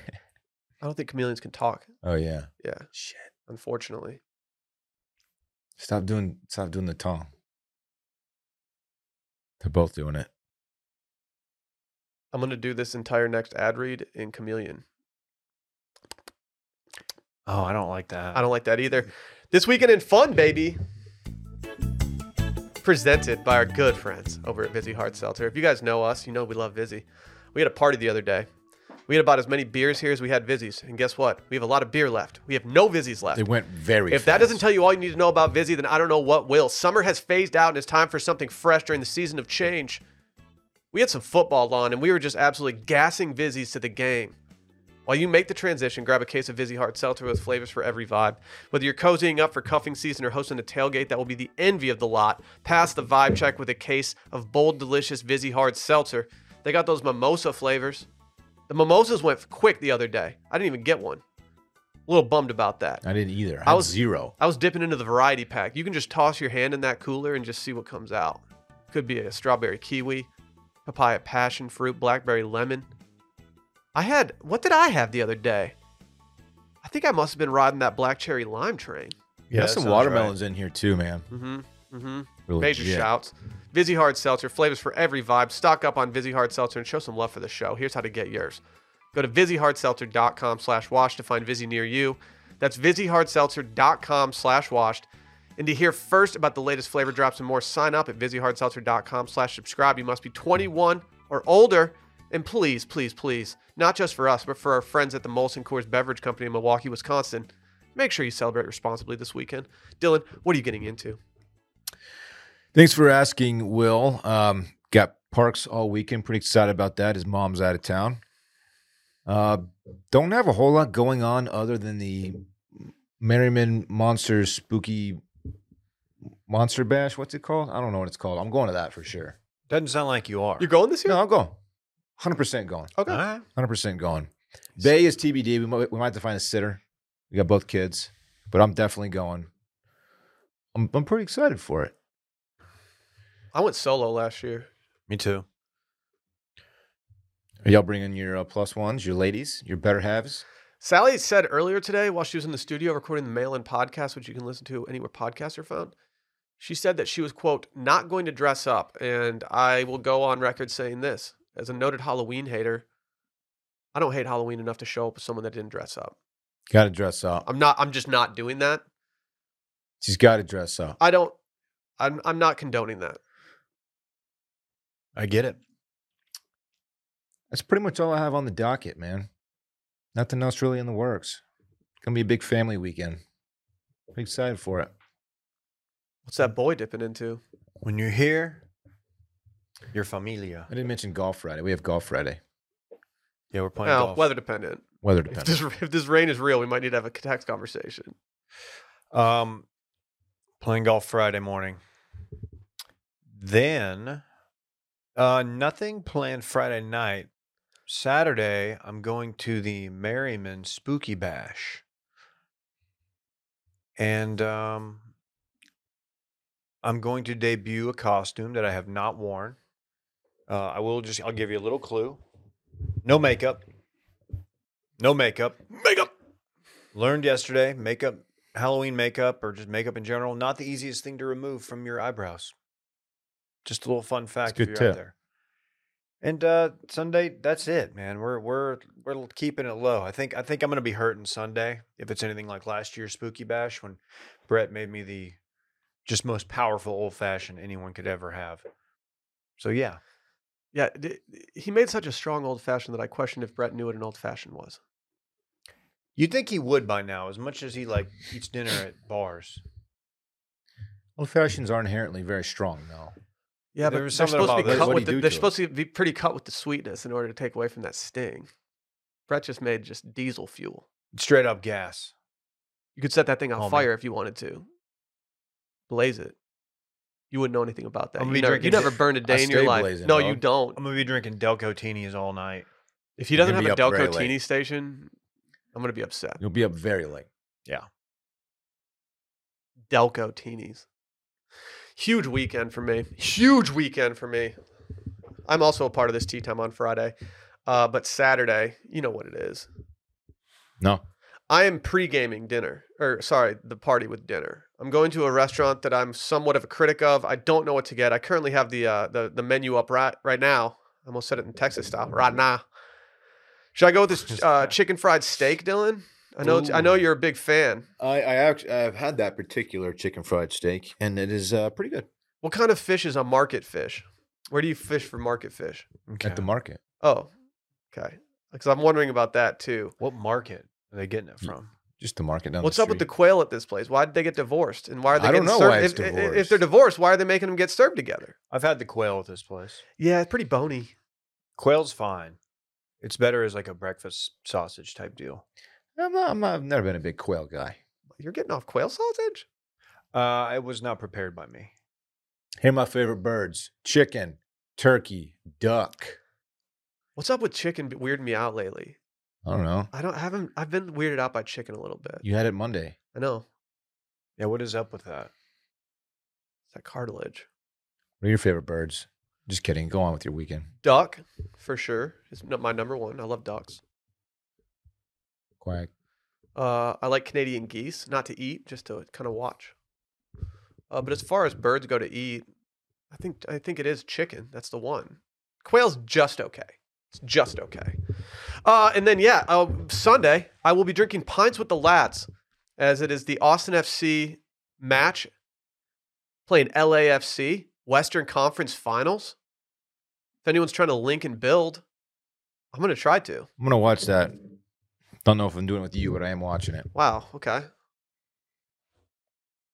Speaker 1: don't think chameleons can talk.
Speaker 3: oh yeah.
Speaker 1: Yeah,
Speaker 3: Shit.
Speaker 1: unfortunately.
Speaker 3: Stop doing stop doing the tongue. They're both doing it.
Speaker 1: I'm gonna do this entire next ad read in chameleon.
Speaker 2: Oh, I don't like that.
Speaker 1: I don't like that either. This weekend in fun, baby. Presented by our good friends over at Vizzy Hard Seltzer. If you guys know us, you know we love Vizzy. We had a party the other day. We had about as many beers here as we had Vizzies. And guess what? We have a lot of beer left. We have no Vizzies left.
Speaker 3: They went very
Speaker 1: If that doesn't
Speaker 3: fast.
Speaker 1: tell you all you need to know about Vizzy, then I don't know what will. Summer has phased out and it's time for something fresh during the season of change. We had some football on and we were just absolutely gassing Vizzies to the game. While you make the transition, grab a case of Vizzy Hard Seltzer with flavors for every vibe. Whether you're cozying up for cuffing season or hosting a tailgate that will be the envy of the lot, pass the vibe check with a case of bold, delicious Vizzy Hard Seltzer. They got those mimosa flavors. The mimosas went quick the other day. I didn't even get one. A little bummed about that.
Speaker 3: I didn't either. I,
Speaker 1: I
Speaker 3: had
Speaker 1: was-
Speaker 3: zero.
Speaker 1: I was dipping into the variety pack. You can just toss your hand in that cooler and just see what comes out. Could be a strawberry kiwi, papaya passion fruit, blackberry lemon. I had, what did I have the other day? I think I must have been riding that black cherry lime train.
Speaker 2: Yeah,
Speaker 3: There's
Speaker 2: that
Speaker 3: some
Speaker 2: sounds
Speaker 3: watermelons in here too, man.
Speaker 1: Mm-hmm. Mm-hmm.
Speaker 3: Really
Speaker 1: Major shouts. Vizzy Hard Seltzer, flavors for every vibe. Stock up on Vizzy Hard Seltzer and show some love for the show. Here's how to get yours. Go to VizzyHardSeltzer.com slash wash to find Vizzy near you. That's VizzyHardSeltzer.com slash washed. And to hear first about the latest flavor drops and more, sign up at VizzyHardSeltzer.com slash subscribe. You must be 21 or older. And please, please, please, not just for us, but for our friends at the Molson Coors Beverage Company in Milwaukee, Wisconsin, make sure you celebrate responsibly this weekend. Dylan, what are you getting into?
Speaker 3: Thanks for asking, Will. Um, got parks all weekend. Pretty excited about that. His mom's out of town. Uh, don't have a whole lot going on other than the Merriman Monster Spooky Monster Bash. What's it called? I don't know what it's called. I'm going to that for sure.
Speaker 2: Doesn't sound like you are.
Speaker 1: You're going this year?
Speaker 3: No, I'm going. 100% going.
Speaker 1: Okay.
Speaker 2: All right.
Speaker 3: 100% going. Bay is TBD. We might, we might have to find a sitter. We got both kids, but I'm definitely going. I'm, I'm pretty excited for it.
Speaker 1: I went solo last year.
Speaker 2: Me too.
Speaker 3: Are y'all bringing your uh, plus ones, your ladies, your better halves?
Speaker 1: Sally said earlier today, while she was in the studio recording the Mail In podcast, which you can listen to anywhere podcasts are found, she said that she was, quote, not going to dress up. And I will go on record saying this as a noted Halloween hater, I don't hate Halloween enough to show up with someone that didn't dress up.
Speaker 3: Got to dress up.
Speaker 1: I'm not, I'm just not doing that.
Speaker 3: She's got to dress up.
Speaker 1: I don't, I'm, I'm not condoning that.
Speaker 2: I get it.
Speaker 3: That's pretty much all I have on the docket, man. Nothing else really in the works. Gonna be a big family weekend. Pretty excited for it.
Speaker 1: What's that boy dipping into?
Speaker 2: When you're here, you're familia.
Speaker 3: I didn't mention golf Friday. We have golf Friday.
Speaker 2: Yeah, we're playing
Speaker 1: Well,
Speaker 2: golf.
Speaker 1: weather dependent.
Speaker 3: Weather
Speaker 1: If
Speaker 3: depends.
Speaker 1: this, if this rain is real, we might need to have a text conversation.
Speaker 2: Um, playing golf Friday morning. Then, uh, nothing planned Friday night. Saturday, I'm going to the Merriman Spooky Bash, and um, I'm going to debut a costume that I have not worn. Uh, I will just—I'll give you a little clue. No makeup. No makeup.
Speaker 1: Makeup.
Speaker 2: Learned yesterday, makeup, Halloween makeup, or just makeup in general, not the easiest thing to remove from your eyebrows. Just a little fun fact
Speaker 3: good
Speaker 2: if you're
Speaker 3: tip.
Speaker 2: out there. And uh, Sunday, that's it, man. We're we're we're keeping it low. I think I think I'm gonna be hurting Sunday if it's anything like last year's Spooky Bash when Brett made me the just most powerful old fashioned anyone could ever have. So yeah,
Speaker 1: Yeah, d- d- he made such a strong old fashioned that I questioned if Brett knew what an old fashioned was.
Speaker 2: you'd think he would by now, as much as he like eats dinner at bars.
Speaker 3: Old fashions are inherently very strong, though.
Speaker 1: Yeah,
Speaker 2: There
Speaker 1: but
Speaker 2: was
Speaker 1: they're
Speaker 2: something
Speaker 1: supposed
Speaker 2: about
Speaker 1: to be
Speaker 2: this.
Speaker 1: cut
Speaker 3: What do
Speaker 1: with
Speaker 3: you
Speaker 1: the,
Speaker 3: do
Speaker 1: they're
Speaker 3: to
Speaker 1: supposed to be pretty cut with the sweetness in order to take away from that sting. Brett just made just diesel fuel.
Speaker 2: Straight up gas.
Speaker 1: You could set that
Speaker 3: Oh,
Speaker 1: thing on
Speaker 2: Homie.
Speaker 1: fire if you wanted to. Blaze it. You wouldn't know anything about that.
Speaker 2: I'm
Speaker 1: You
Speaker 2: gonna be
Speaker 1: never, you
Speaker 2: drinking-
Speaker 1: never burned a day in your
Speaker 3: stay
Speaker 1: life.
Speaker 3: blazing,
Speaker 1: no, you
Speaker 3: dog.
Speaker 1: don't.
Speaker 2: I'm gonna be drinking Delco Teenies all night.
Speaker 1: If he
Speaker 3: You're
Speaker 1: doesn't have
Speaker 3: gonna
Speaker 1: a
Speaker 3: be up very
Speaker 1: Delco
Speaker 3: late.
Speaker 1: Teeny station, I'm gonna be upset.
Speaker 3: You'll be up very late.
Speaker 1: Delco Teenies. Huge weekend for me. Huge weekend for me. I'm also a part of this tea time on Friday, uh, but Saturday, you know what it is.
Speaker 3: No.
Speaker 1: I am pre gaming dinner, or sorry, the party with dinner. I'm going to a restaurant that I'm somewhat of a critic of. I don't know what to get. I currently have the uh, the the menu up right right now. I almost said it in Texas style. Right now, should I go with this uh, chicken fried steak, Dylan? I know it's, I know
Speaker 2: Ooh.
Speaker 1: you're a big fan.
Speaker 3: I, I actually I've had that particular chicken fried steak, and it is uh, pretty good
Speaker 1: What kind of fish is a market fish? Where do you fish for market fish?
Speaker 2: Okay.
Speaker 3: at the market.
Speaker 1: Oh, okay. Because I'm wondering about that too.
Speaker 2: what market are they getting it from?
Speaker 3: Just the market down
Speaker 1: What's
Speaker 3: the
Speaker 1: up with the quail at this place? Why did they get divorced? And why are they
Speaker 3: I don't
Speaker 1: getting
Speaker 3: know
Speaker 1: served?
Speaker 3: why it's
Speaker 1: if, if- if
Speaker 3: divorced.
Speaker 1: they're divorced, why are they making them get served together?
Speaker 2: I've had the quail at this place.
Speaker 1: Yeah, it's pretty bony.
Speaker 2: Quail's fine. It's better as like a breakfast sausage type deal.
Speaker 3: the? I'm not, I'm not, I've never been a big quail guy.
Speaker 1: You're getting off quail sausage?
Speaker 2: Uh, it was not prepared by me.
Speaker 3: Here are my favorite birds: chicken, turkey, duck.
Speaker 1: What's up with chicken b- weirding me out lately?
Speaker 3: I don't know.
Speaker 1: I don't I haven't I've been weirded out by chicken a little bit.
Speaker 3: You had it Monday.
Speaker 1: I know.
Speaker 2: Yeah, what is up with that?
Speaker 1: It's that cartilage.
Speaker 3: What are your favorite birds? Just kidding. Go on with your weekend.
Speaker 1: Duck, for sure. Is n- my number one. I love ducks.
Speaker 3: Quack.
Speaker 1: Uh, I like Canadian geese, not to eat, just to kind of watch. Uh, but as far as birds go to eat, I think I think it is chicken. That's the one. Quail's just okay. It's just okay. Uh, and then yeah, uh, Sunday I will be drinking pints with the lads, as it is the Austin FC match playing LAFC Western Conference Finals. If anyone's trying to link and build, I'm gonna try to.
Speaker 3: I'm gonna watch that. Don't know if I'm doing it with you, but I am watching it.
Speaker 1: Wow. Okay.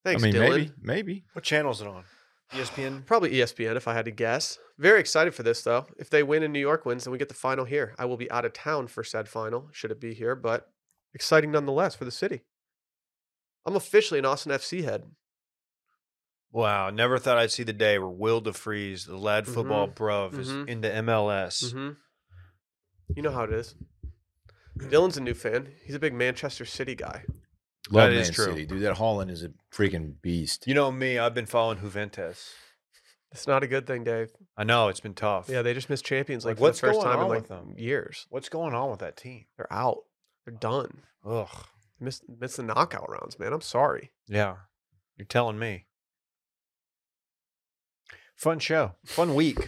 Speaker 1: Thanks,
Speaker 3: I mean,
Speaker 1: Dylan.
Speaker 3: maybe, maybe.
Speaker 2: What channel is it on? ESPN.
Speaker 1: Probably E ESPN if I had to guess. Very excited for this though. If they win and New York wins, then we get the final here. I will be out of town for said final, should it be here, but exciting nonetheless for the city. I'm officially an Austin FC head.
Speaker 2: Wow, never thought I'd see the day where Will DeFreeze, the lad football bruv, is
Speaker 1: Mhm.
Speaker 2: into MLS.
Speaker 1: Mm-hmm. You know how it is. Dylan's a new fan. He's a big Manchester City guy.
Speaker 3: Love
Speaker 2: That
Speaker 3: Man
Speaker 2: is true.
Speaker 3: City, dude. That Holland is a freaking beast.
Speaker 2: You know me, I've been following Juventus.
Speaker 1: It's not a good thing, Dave.
Speaker 2: I know it's been tough.
Speaker 1: Yeah, they just missed Champions League
Speaker 2: Like,
Speaker 1: for
Speaker 2: what's
Speaker 1: the first
Speaker 2: going
Speaker 1: time in
Speaker 2: on
Speaker 1: like
Speaker 2: with them?
Speaker 1: years.
Speaker 2: What's going on with that team?
Speaker 1: They're out. They're done.
Speaker 2: Ugh.
Speaker 1: Miss miss the knockout rounds, man. I'm sorry.
Speaker 2: Yeah. You're telling me. Fun show. Fun week.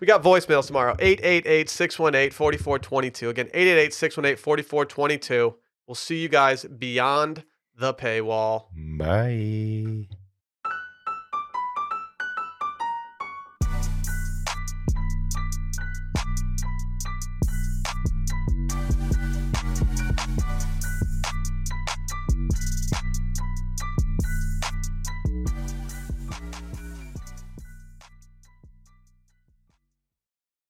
Speaker 1: We got voicemails tomorrow 888 618 4422. Again, 888 618 4422. We'll see you guys beyond the paywall.
Speaker 3: Bye.